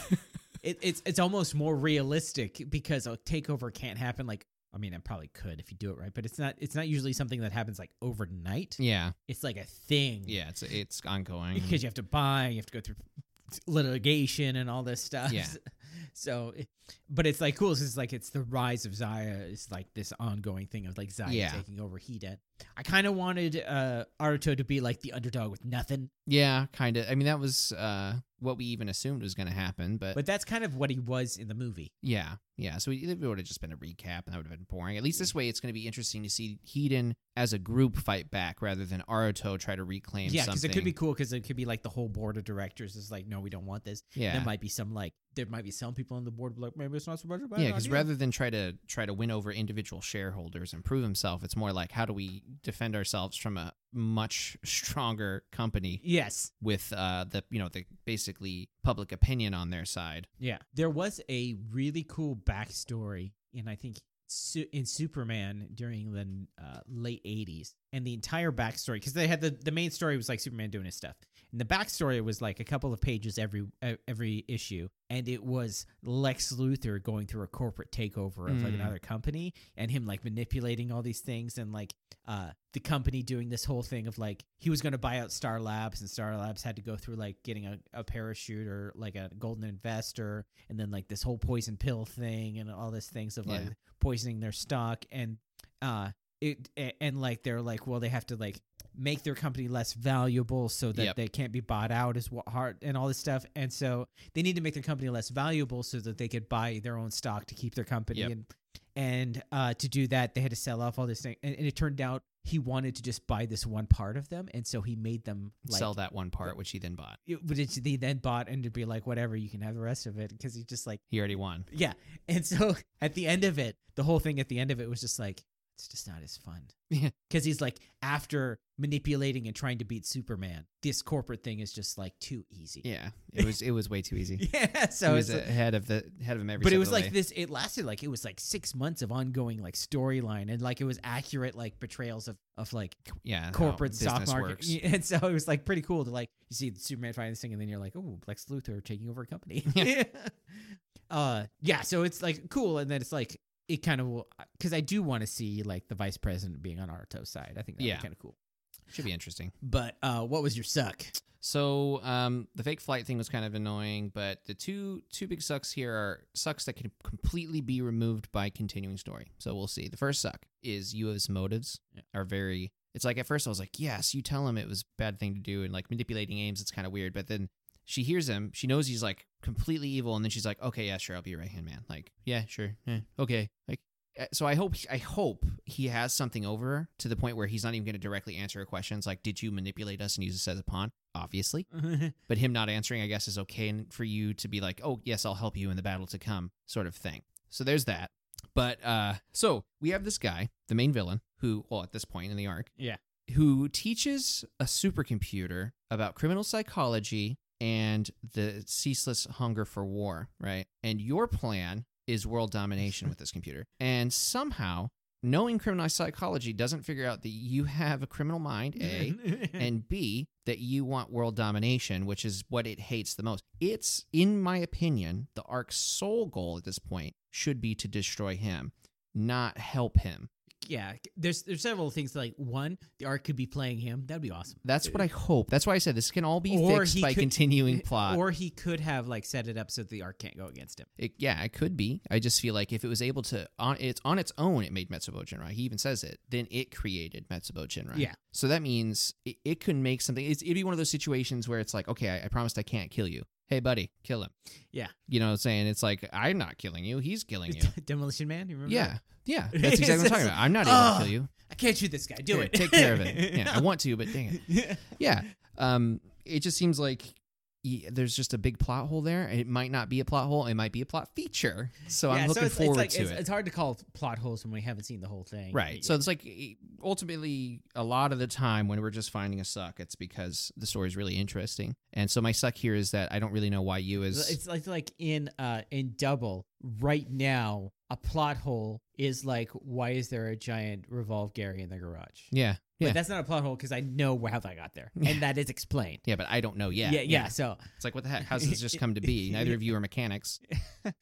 it, it's it's almost more realistic because a takeover can't happen like. I mean, it probably could if you do it right, but it's not. It's not usually something that happens like overnight. yeah, It's like a thing. yeah. It's it's ongoing. because you have to buy, you have to go through litigation and all this stuff. Yeah. So, it- but it's like cool. 'cause It's like it's the rise of Zaya. It's like this ongoing thing of like Zaya Yeah. taking over Hida. I kind of wanted uh, Aruto to be like the underdog with nothing, Yeah, kind of. I mean, that was uh, what we even assumed was going to happen, but, but that's kind of what he was in the movie. yeah, yeah. So it would have just been a recap, and that would have been boring. At least this way, it's going to be interesting to see Heiden as a group fight back rather than Aruto try to reclaim yeah, something. because it could be cool because it could be like the whole board of directors is like, no, we don't want this. yeah, There might be some like there might be some people on the board like maybe it's not so much about yeah. Because rather than try to try to win over individual shareholders and prove himself, it's more like how do we defend ourselves from a much stronger company yes, with uh, the you know the basically public opinion on their side. yeah, there was a really cool backstory, and I think. Su- in Superman during the uh, late 80s, and the entire backstory, because they had the, the main story was like Superman doing his stuff, and the backstory was like a couple of pages every uh, every issue, and it was Lex Luthor going through a corporate takeover of like Mm. another company, and him like manipulating all these things, and like uh the company doing this whole thing of like he was going to buy out Star Labs, and Star Labs had to go through like getting a, a parachute or like a golden investor, and then like this whole poison pill thing, and all these things of like Yeah. poisoning their stock, and uh it a- and like they're like well they have to like make their company less valuable so that Yep. they can't be bought out as what hard and all this stuff and so they need to make their company less valuable so that they could buy their own stock to keep their company Yep. and and uh, to do that they had to sell off all this thing and, and it turned out he wanted to just buy this one part of them and so he made them like Sell that one part, which he then bought. it, but it's they then bought and to be like whatever you can have the rest of it because he just like He already won. yeah and so at the end of it the whole thing at the end of it was just like it's just not as fun Yeah. because he's like after manipulating and trying to beat superman this corporate thing is just like too easy Yeah, it was it was way too easy. yeah so he it's was like- ahead of the head of him every. but step it of was the like way. this it lasted like it was like six months of ongoing like storyline and like it was accurate like betrayals of of like yeah how corporate stock business market works. Yeah, and so it was like pretty cool to like you see the superman fighting this thing and then you're like oh lex luthor taking over a company Yeah. uh yeah so it's like cool and then it's like it kind of will because i do want to see like the vice president being on Aruto's side i think that would Yeah. be kind of cool Should be interesting. but uh what was your suck So um, the fake flight thing was kind of annoying, but the two two big sucks here are sucks that can completely be removed by continuing story. So we'll see. The first suck is Yua's motives Yeah. are very. It's like at first I was like, yes, you tell him it was a bad thing to do and like manipulating aims. It's kind of weird, but then she hears him. She knows he's like completely evil, and then she's like, okay, yeah, sure, I'll be your right hand man. Like, yeah, sure, eh, okay, like. uh, So I hope I hope he has something over her to the point where he's not even going to directly answer her questions like did you manipulate us and use us as a pawn obviously but him not answering, I guess, is okay and for you to be like, oh, yes, I'll help you in the battle to come, sort of thing. So there's that. But uh, so we have this guy, the main villain, who, well, at this point in the arc, Yeah. who teaches a supercomputer about criminal psychology and the ceaseless hunger for war, right? And your plan is world domination with this computer. And somehow, knowing criminal psychology doesn't figure out that you have a criminal mind, A Hmm. and B, that you want world domination, which is what it hates the most. It's, in my opinion, the Ark's sole goal at this point should be to destroy him, not help him. yeah there's there's several things like one the arc could be playing him that'd be awesome That's what I hope. That's why I said this can all be Eh. Or fixed he by could- eh, continuing plot. Or he could have like set it up so the arc can't go against him. It- yeah, it could be. I just feel like if it was able to on it's on its own, it made Metsubo Jinrai. He even says it. Then it created Metsubo Jinrai. Yeah. So that means it, it could make something. It's, it'd be one of those situations where it's like, okay, I, I promised I can't kill you. Hey, buddy, kill him. Yeah. You know what I'm saying? It's like I'm not killing you. He's killing you. Demolition Man, you remember? yeah. that? Yeah. That's exactly what I'm talking about. I'm not able to kill you. I can't shoot this guy. Do Here, it. Take care of it. Yeah. I want to, but dang it. it. Yeah. Um, it just seems like y- there's just a big plot hole there. It might not be a plot hole. It might be a plot feature. So I'm looking it's, it's forward like- to it's, it. It's hard to call plot holes when we haven't seen the whole thing. right. So it's like e- ultimately a lot of the time when we're just finding a suck, it's because the story is really interesting. And so my suck here is that I don't really know why you is. it's like like in uh in Double right now. A plot hole is like why is there a giant revolve Gary in the garage? yeah. Yeah. But that's not a plot hole because I know how that got there, and that is explained. Yeah, but I don't know yet. yeah, yeah. So It's like, what the heck? How does this just come to be? Neither of you are mechanics.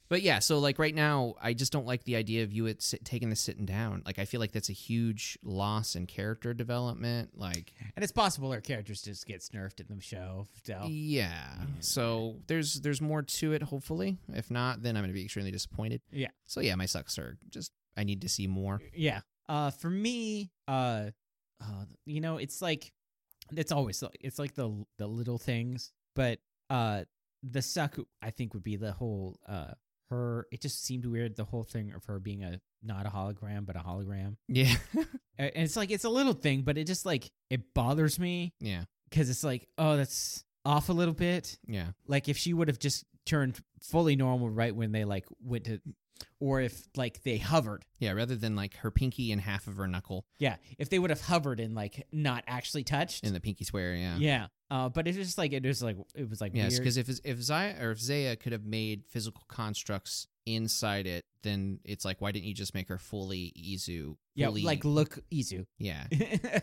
But yeah, so like right now, I just don't like the idea of you at sit, taking the sitting down. Like, I feel like that's a huge loss in character development. Like, And it's possible our characters just get nerfed in the show. So. yeah. So there's there's more to it. Hopefully, if not, then I'm gonna be extremely disappointed. Yeah. So yeah, my sucks are just I need to see more. Yeah. Uh, for me, uh, uh, you know, it's like it's always like- it's like the l- the little things, but uh, the suck I think would be the whole uh her. It just seemed weird the whole thing of her being a not a hologram but a hologram, Yeah. A- and it's like it's a little thing, but it just like it bothers me yeah. because it's like oh that's off a little bit. Yeah. Like if she would have just turned fully normal right when they like went to, or if like they hovered. Yeah. Rather than like her pinky and half of her knuckle Yeah, if they would have hovered and like not actually touched. in the pinky square. Yeah. yeah. Uh, but it's just like it was like it was like Yes, weird. because if if Zaya or if Zaya could have made physical constructs inside it, then it's like, why didn't you just make her fully Izu? Yeah, fully- like look Izu. yeah,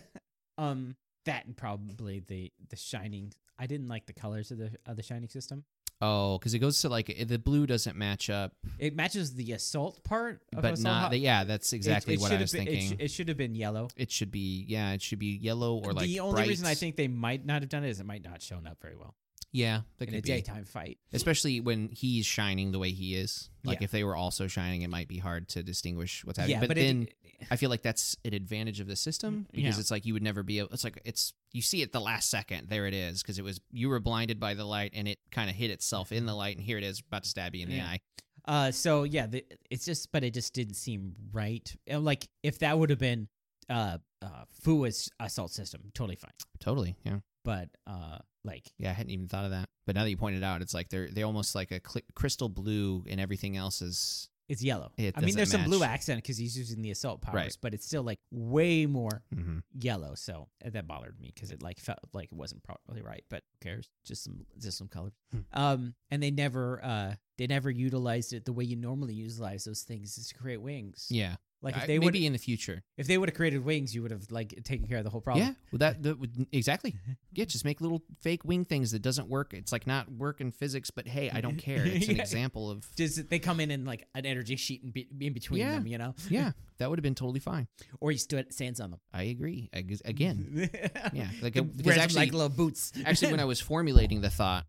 um, that and probably the the shining. I didn't like the colors of the of the shining system. oh, because it goes to like i- the blue doesn't match up, It matches the assault part, of but Assault not. Ho- the- yeah, that's It- exactly it what I should have was been- thinking. It, sh- it should have been yellow. It should be yeah, it should be yellow or like the only reason I bright. think they might not have done it is it might not shown up very well yeah, that in a could be. daytime fight. especially when he's shining the way he is. Like Yeah. if they were also shining, it might be hard to distinguish what's happening. Yeah, but, but, it- then I feel like that's an advantage of the system because Mm, Yeah. it's like you would never be able. It's like it's you see it the last second. There it is because it was you were blinded by the light and it kind of hit itself in the light and here it is about to stab you in the Mm-hmm. Yeah. eye. Uh, so yeah, the, it's just, but it just didn't seem right. Uh, Like if that would have been uh, uh, Fua's assault system, totally fine. Totally, yeah, But uh, like yeah. I hadn't even thought of that, but now that you pointed out, it's like they're they almost like a cli crystal blue and everything else is it's yellow. It I mean, doesn't there's some blue match. accent because he's using the assault powers, Right. but it's still like way more mm-hmm. yellow. So uh, that bothered me because it like felt like it wasn't probably right. But who cares? Just some just some color. Hmm. Um, and they never uh they never utilized it the way you normally utilize those things is to create wings. yeah. Like if I- they would maybe in the future, if they would have created wings, you would have like taken care of the whole problem. Yeah, well, that, that would, exactly. Yeah, just make little fake wing things that doesn't work. It's like not work in physics, but hey, I don't care. It's an Yeah. example of does it- they come in in like an energy sheet in, be, in between Yeah. them, you know? yeah, that would have been totally fine. Or he stood stands on them I agree. I guess- Again, yeah, like The- uh, wears because them actually, like little boots. actually, when I was formulating the thought,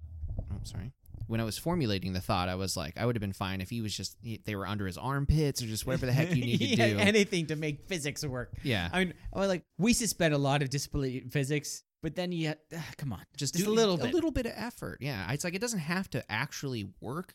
I'm sorry. When I was formulating the thought, I was like, I would have been fine if he was just if they were under his armpits or just whatever the heck you need Yeah, to do. anything to make physics work. yeah, I mean, I mean, like we suspend a lot of disbelief in physics, but then you uh, come on, just, just do a little bit. a little bit of effort. Yeah, it's like it doesn't have to actually work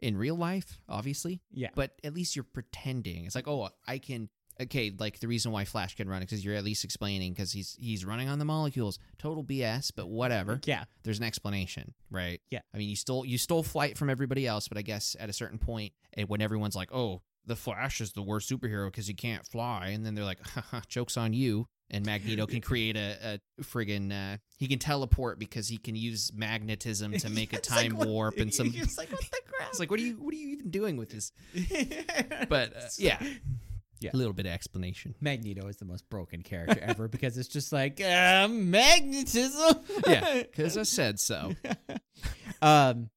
in real life, obviously. yeah, but at least you're pretending. It's like, oh, I can. Okay, like the reason why Flash can run because you're at least explaining because he's he's running on the molecules. Total BS, but whatever. yeah, There's an explanation, right? Yeah. I mean, you stole you stole flight from everybody else, but I guess at a certain point, eh, when everyone's like, oh, the Flash is the worst superhero because he can't fly, and then they're like, Haha, jokes on you. And Magneto can create a, a friggin' uh, he can teleport because he can use magnetism to make a It's like, time what- warp and some. You're just like what the crap? It's like, what are you what are you even doing with this? like, but, uh, yeah. Yeah. A little bit of explanation. Magneto is the most broken character ever because it's just like uh, magnetism. Yeah, because I said so. um,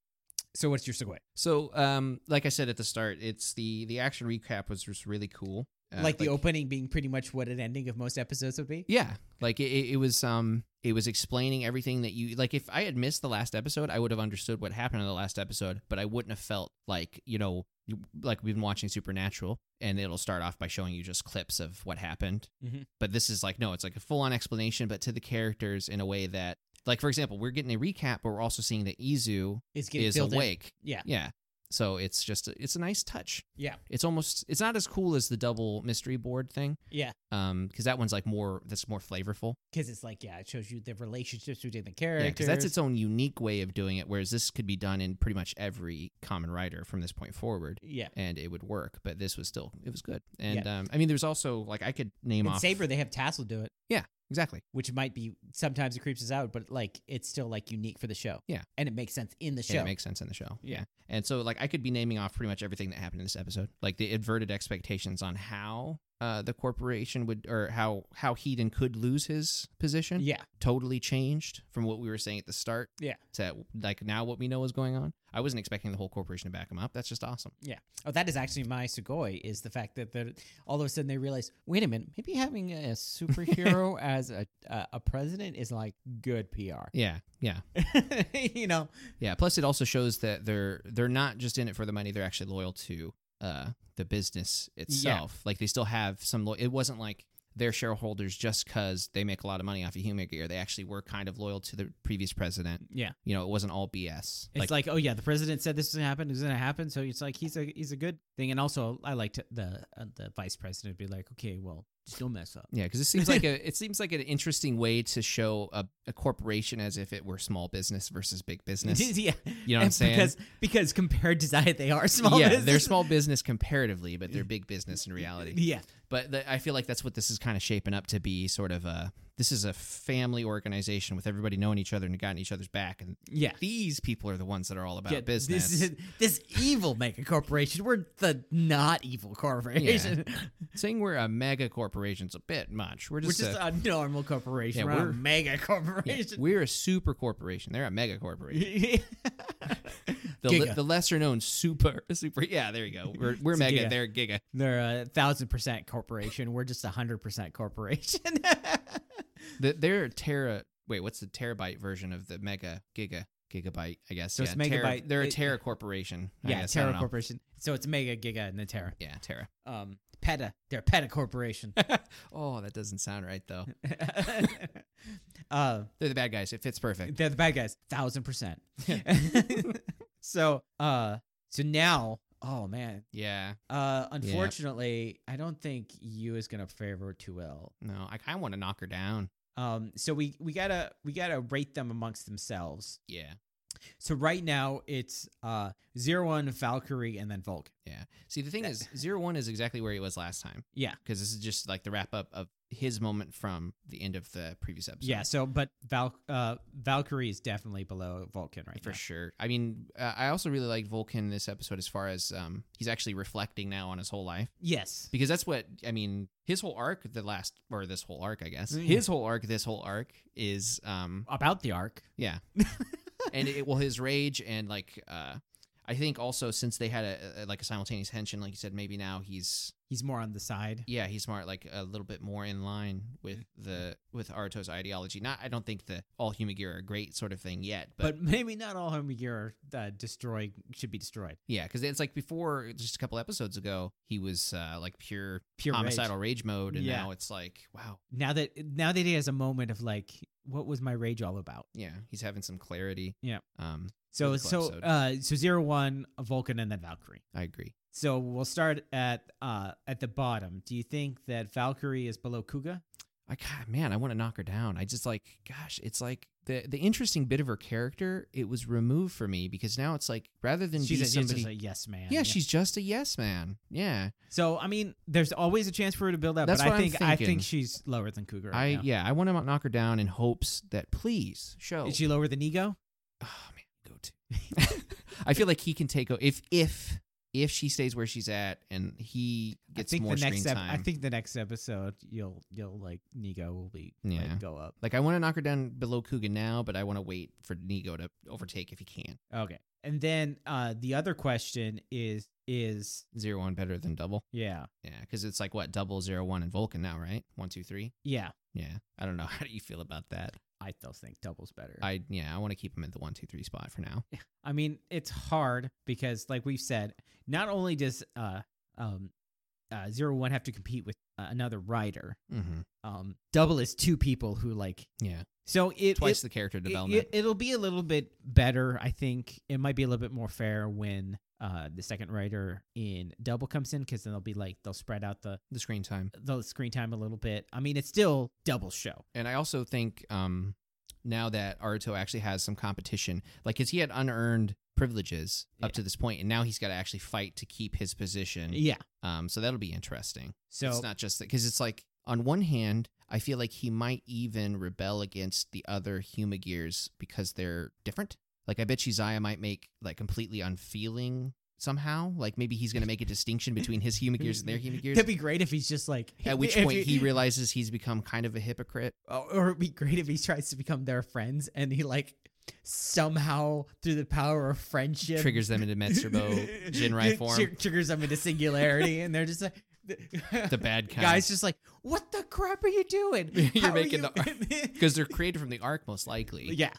so what's your segue? So, um, like I said at the start, it's the the action recap was just really cool. Uh, like the opening being pretty much what an ending of most episodes would be. Yeah, like it- it, it was um it was explaining everything that you like. If I had missed the last episode, I would have understood what happened in the last episode, but I wouldn't have felt like you know you- like we've been watching Supernatural, and it'll start off by showing you just clips of what happened. Mhm. But this is like no, it's like a full on explanation, but to the characters in a way that. Like for example, we're getting a recap, but we're also seeing that Izu It's getting is built in. awake. Yeah. Yeah. So it's just it's a nice touch. Yeah. It's almost it's not as cool as the double mystery board thing. Yeah. Um, because that one's like more that's more flavorful. Because it's like, yeah, it shows you the relationships between the Yeah, characters. because that's its own unique way of doing it. Whereas this could be done in pretty much every common writer from this point forward, Yeah. and it would work. But this was still it was good. And um, I mean, there's also like I could name In off Saber, they have Tassel do it, exactly. which might be sometimes it creeps us out, but like it's still like unique for the show. Yeah. And it makes sense in the And show. it makes sense in the show. Yeah. And so like I could be naming off pretty much everything that happened in this episode. Like the inverted expectations on how uh, the corporation would or how how Heaton could lose his position yeah. totally changed from what we were saying at the start. Yeah. To like now what we know is going on. I wasn't expecting the whole corporation to back him up. That's just awesome. Oh, that is actually my Sugoi is the fact that they're, all of a sudden they realize, wait a minute, maybe having a superhero as a uh, a president is like good PR. Yeah. Yeah. you know, Yeah. Plus it also shows that they're they're not just in it for the money, they're actually loyal to uh the business itself. Like they still have some lo- it wasn't like their shareholders just because they make a lot of money off of human gear. They actually were kind of loyal to the previous president. Yeah. You know, it wasn't all BS. It's like, oh yeah, the president said this is gonna happen. This is gonna happen. So it's like he's a he's a good thing. And also, I liked the uh, the vice president would be like, okay, well, just don't mess up. yeah, because it seems like a it seems like an interesting way to show a, a corporation as if it were small business versus big business. yeah, You know what I'm And saying? Because because compared to Zion, they are small. yeah, they're business. small business comparatively, but they're big business in reality. Yeah, but the, I feel like that's what this is kind of shaping up to be. Sort of a this is a family organization with everybody knowing each other and got in each other's back, and yeah. these people are the ones that are all about Yeah, business. This, is, this evil mega corporation. We're the not evil corporation. Saying we're a mega corporation's a bit much. We're We're just, just a, a, normal corporation. Yeah, we're, not we're- a mega yeah, corporation. we're a super corporation. They're a mega corporation. The, Giga. the lesser known super super. Yeah, there you go. We're we're It's a mega. giga. They're giga. They're a thousand percent corporation. We're just a hundred percent corporation. The, they're tera. Wait, what's the terabyte version of the mega giga gigabyte? I guess. So yeah, it's tera- megabyte. they're a It- terra corporation. I yeah, guess. I don't Terra know. corporation. So it's mega, giga, and then Terra. Yeah, terra. Um, PETA. They're PETA corporation. Oh, that doesn't sound right though. uh, They're the bad guys. It fits perfect. They're the bad guys. Thousand percent. so uh so now oh man. Yeah. Uh unfortunately, I don't think you is gonna fare over too well. No, I kind of want to knock her down. Um so we we gotta we gotta rate them amongst themselves. Yeah. So right now it's uh zero one Valkyrie and then Volk. See, the thing That- is, zero one is exactly where he was last time. Yeah. Because this is just like the wrap up of his moment from the end of the previous episode. Yeah, so but Val uh Valkyrie is definitely below Vulcan right For now. sure. I mean, uh, I also really like Vulcan in this episode as far as um, he's actually reflecting now on his whole life Yes. because that's what I mean. His whole arc, the last or this whole arc, I guess. Mm. His whole arc, this whole arc is um, About the arc. Yeah. and it, well, his rage and like uh, I think also since they had a, a like a simultaneous henching, like you said, maybe now he's He's more on the side. yeah he's smart like a little bit more in line with Mm. the with Aruto's ideology. Not I don't think the all human gear are great sort of thing yet, but, But, maybe not all Homegear uh, destroy should be destroyed. yeah, because it's like before just a couple episodes ago he was uh, like pure, Pure rage. homicidal rage, mode, and Yeah. now it's like wow now that now that he has a moment of like what was my rage all about yeah he's having some clarity Yeah. um so Really cool so episode. uh so zero one vulcan and then valkyrie I agree so we'll start at uh at the bottom do you think that valkyrie is below kuga I God, man, I want to knock her down. I just like, gosh, it's like the the interesting bit of her character. It was removed from me because now it's like rather than she's be a, she's somebody, just a yes man yeah, she's just a yes man. Yeah, so i mean there's always a chance for her to build up That's but what i I'm think i thinking. think she's lower than kuga I right now. yeah, I want to knock her down in hopes that please show. is she lower than ego oh man, go to. I feel like he can take o- if if if she stays where she's at and he I gets think more the next screen ep- time. I think the next episode you'll you'll like Nego will be Yeah. like, go up. like I want to knock her down below Coogan now, but I want to wait for Nigo to overtake if he can. Okay. And then uh the other question is is Zero one better than double. yeah. Yeah, because it's like what double zero one and Vulcan now, right? One two three. Yeah. Yeah, I don't know. How do you feel about that? I still think double's better. I, I yeah, I want to keep him at the one two three spot for now. mean, it's hard because, like we've said, not only does uh um uh zero one have to compete with uh, another rider, Mm-hmm. um double is two people who like Yeah, so it twice it, the character it- development. It, will be a little bit better, I think. It might be a little bit more fair when uh the second rider in double comes in because then they'll be like they'll spread out the the screen time, the screen time a little bit. I mean, it's still double show. and I also think um now that Aruto actually has some competition, like because he had unearned privileges Yeah. up to this point, and now he's got to actually fight to keep his position. Yeah. Um, so that'll be interesting. So it's not just that because it's like on one hand i feel like he might even rebel against the other humagears because they're different like i bet Zaya might make like completely unfeeling somehow like maybe he's going to make a distinction between his humagears and their That'd humagears be great if he's just like at which if point he realizes he's become kind of a hypocrite Oh, or it'd be great if he tries to become their friends and he like somehow through the power of friendship triggers them into Metsurbo jinrai Tr- form triggers them into singularity and they're just like the bad kind guys just like what the crap are you doing You're How are making you-" because they're created from the arc most likely yeah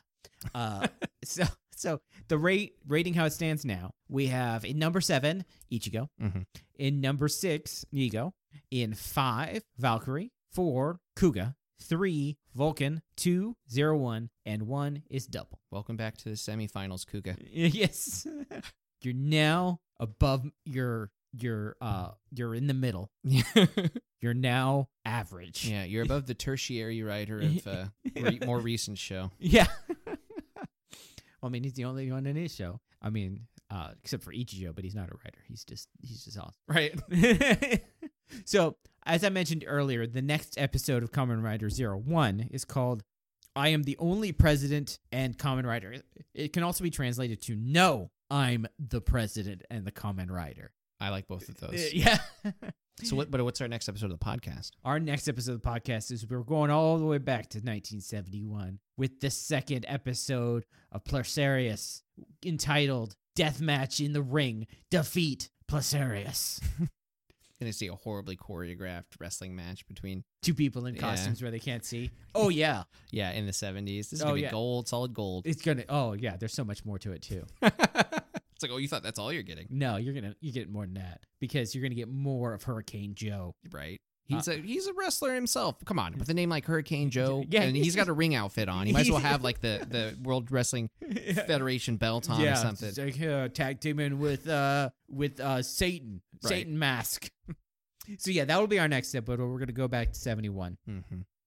uh so so the rate rating how it stands now we have in number seven ichigo Mhm. in number six nigo in five valkyrie four Kuga, three Vulcan, two Zero One, and one is double. Welcome back to the semifinals, Kuga. Yes, you're now above your your uh you're in the middle. You're now average. yeah, you're above the tertiary writer of uh, re- more recent show. Yeah. well, I mean, he's the only one in his show. I mean, uh, except for Ichijo, but he's not a writer. He's just he's just Right. awesome. so, as I mentioned earlier, the next episode of Common Rider Zero One is called "I Am the Only President and Common Rider." It can also be translated to "No, I'm the President and the Common Rider." I like both of Uh, those. yeah. So, what, but what's our next episode of the podcast? Our next episode of the podcast is we're going all the way back to 1971 with the second episode of Placerius entitled Deathmatch in the Ring Defeat Placerius. Going to see a horribly choreographed wrestling match between, Two people in Yeah. costumes where they can't see. Oh, yeah. yeah, in the 70s. This is Oh, going to be yeah. gold, solid gold. It's going to, oh, yeah. There's so much more to it, too. it's like, oh, you thought that's all you're getting, No, you're going to, you get more than that because you're going to get more of Hurricane Joe. right? He's a he's a wrestler himself. Come on, with a name like Hurricane Joe, Yeah. and he's got a ring outfit on. He might as well have like the the World Wrestling Federation belt on or something. it's Like, uh, tag teaming with uh with uh Satan, Right. Satan mask. so yeah, that'll be our next episode. We're gonna go back to seventy one, hmm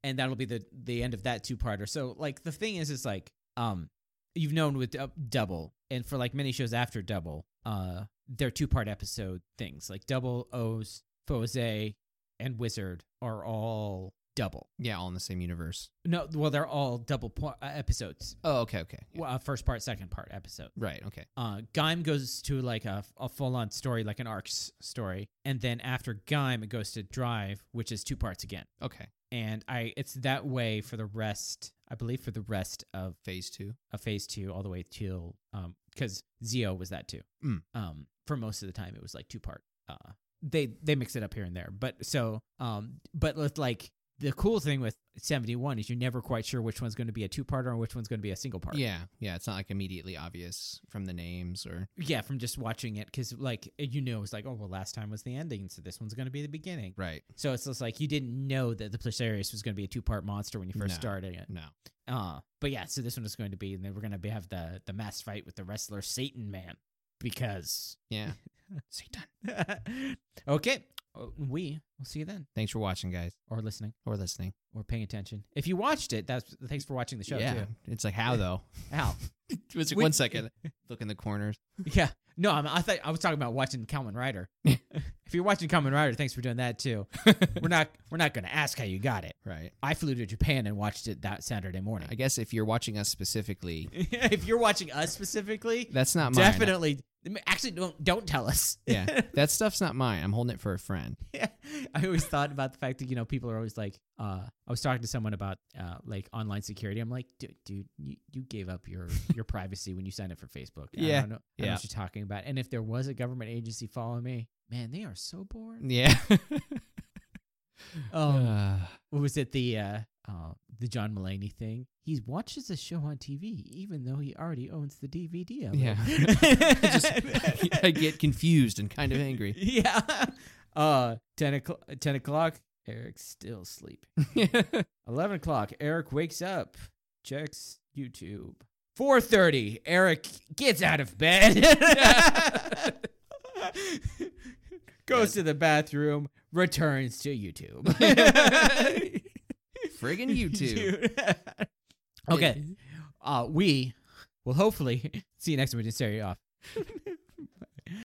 and that'll be the the end of that two parter. So like the thing is, is like um you've known with uh, Double, and for like many shows after Double, uh they're two part episode things. Like Double O's Fose and Wizard are all double. Yeah, all in the same universe. No, well they're all double po- uh, episodes. Oh, okay, okay, Yeah. Well, uh, first part, second part episode right, okay. uh, Gaim goes to like a, a full on story, like an arc s- story, and then after Gaim, it goes to Drive, which is two parts again. Okay. And I, it's that way for the rest. I believe for the rest of, Phase two. of Phase Two, all the way till um, because Zio was that too. Mm. Um, for most of the time, it was like two part. Uh, they they mix it up here and there, but so um, but with like the cool thing with seventy one is you're never quite sure which one's going to be a two parter and which one's going to be a single part. Yeah, yeah. It's not like immediately obvious from the names or Yeah, from just watching it because like you know it's like oh well last time was the ending so this one's going to be the beginning. right. So it's just like you didn't know that the Placerius was going to be a two part monster when you first No. started it. No. Uh, but yeah, so this one is going to be and then we're going to be, have the the mass fight with the wrestler Satan Man because Yeah. Satan. okay Uh, we will see you then Thanks for watching, guys, or listening or listening. or paying attention if you watched it that's thanks for watching the show yeah. too. It's like how though. Al It's like, We- one second. Look in the corners. Yeah. No, I'm, I thought I was talking about watching Kamen Rider. if you're watching Kamen Rider, thanks for doing that too. We're not we're not going to ask how you got it. Right. I flew to Japan and watched it that Saturday morning. I guess if you're watching us specifically, if you're watching us specifically, that's not mine. definitely actually don't don't tell us. Yeah. That stuff's not mine. I'm holding it for a friend. Yeah. I always thought about the fact that you know people are always like, uh, I was talking to someone about uh, like online security. I'm like, dude, dude you, you gave up your your privacy when you signed up for Facebook. Yeah. I don't know, I don't know Yeah. what you're talking about. And if there was a government agency following me, man, they are so bored. Yeah. Um, Uh, what was it the uh, uh, the John Mulaney thing? He watches a show on TV, even though he already owns the DVD of it. Yeah. I just I get confused and kind of angry. yeah. Uh, ten o'clock. Ten o'clock. Eric's still asleep. 11 o'clock eric wakes up checks youtube 4.30 eric gets out of bed goes to the bathroom returns to youtube Friggin' YouTube. okay uh, we will hopefully see you next time we just start you off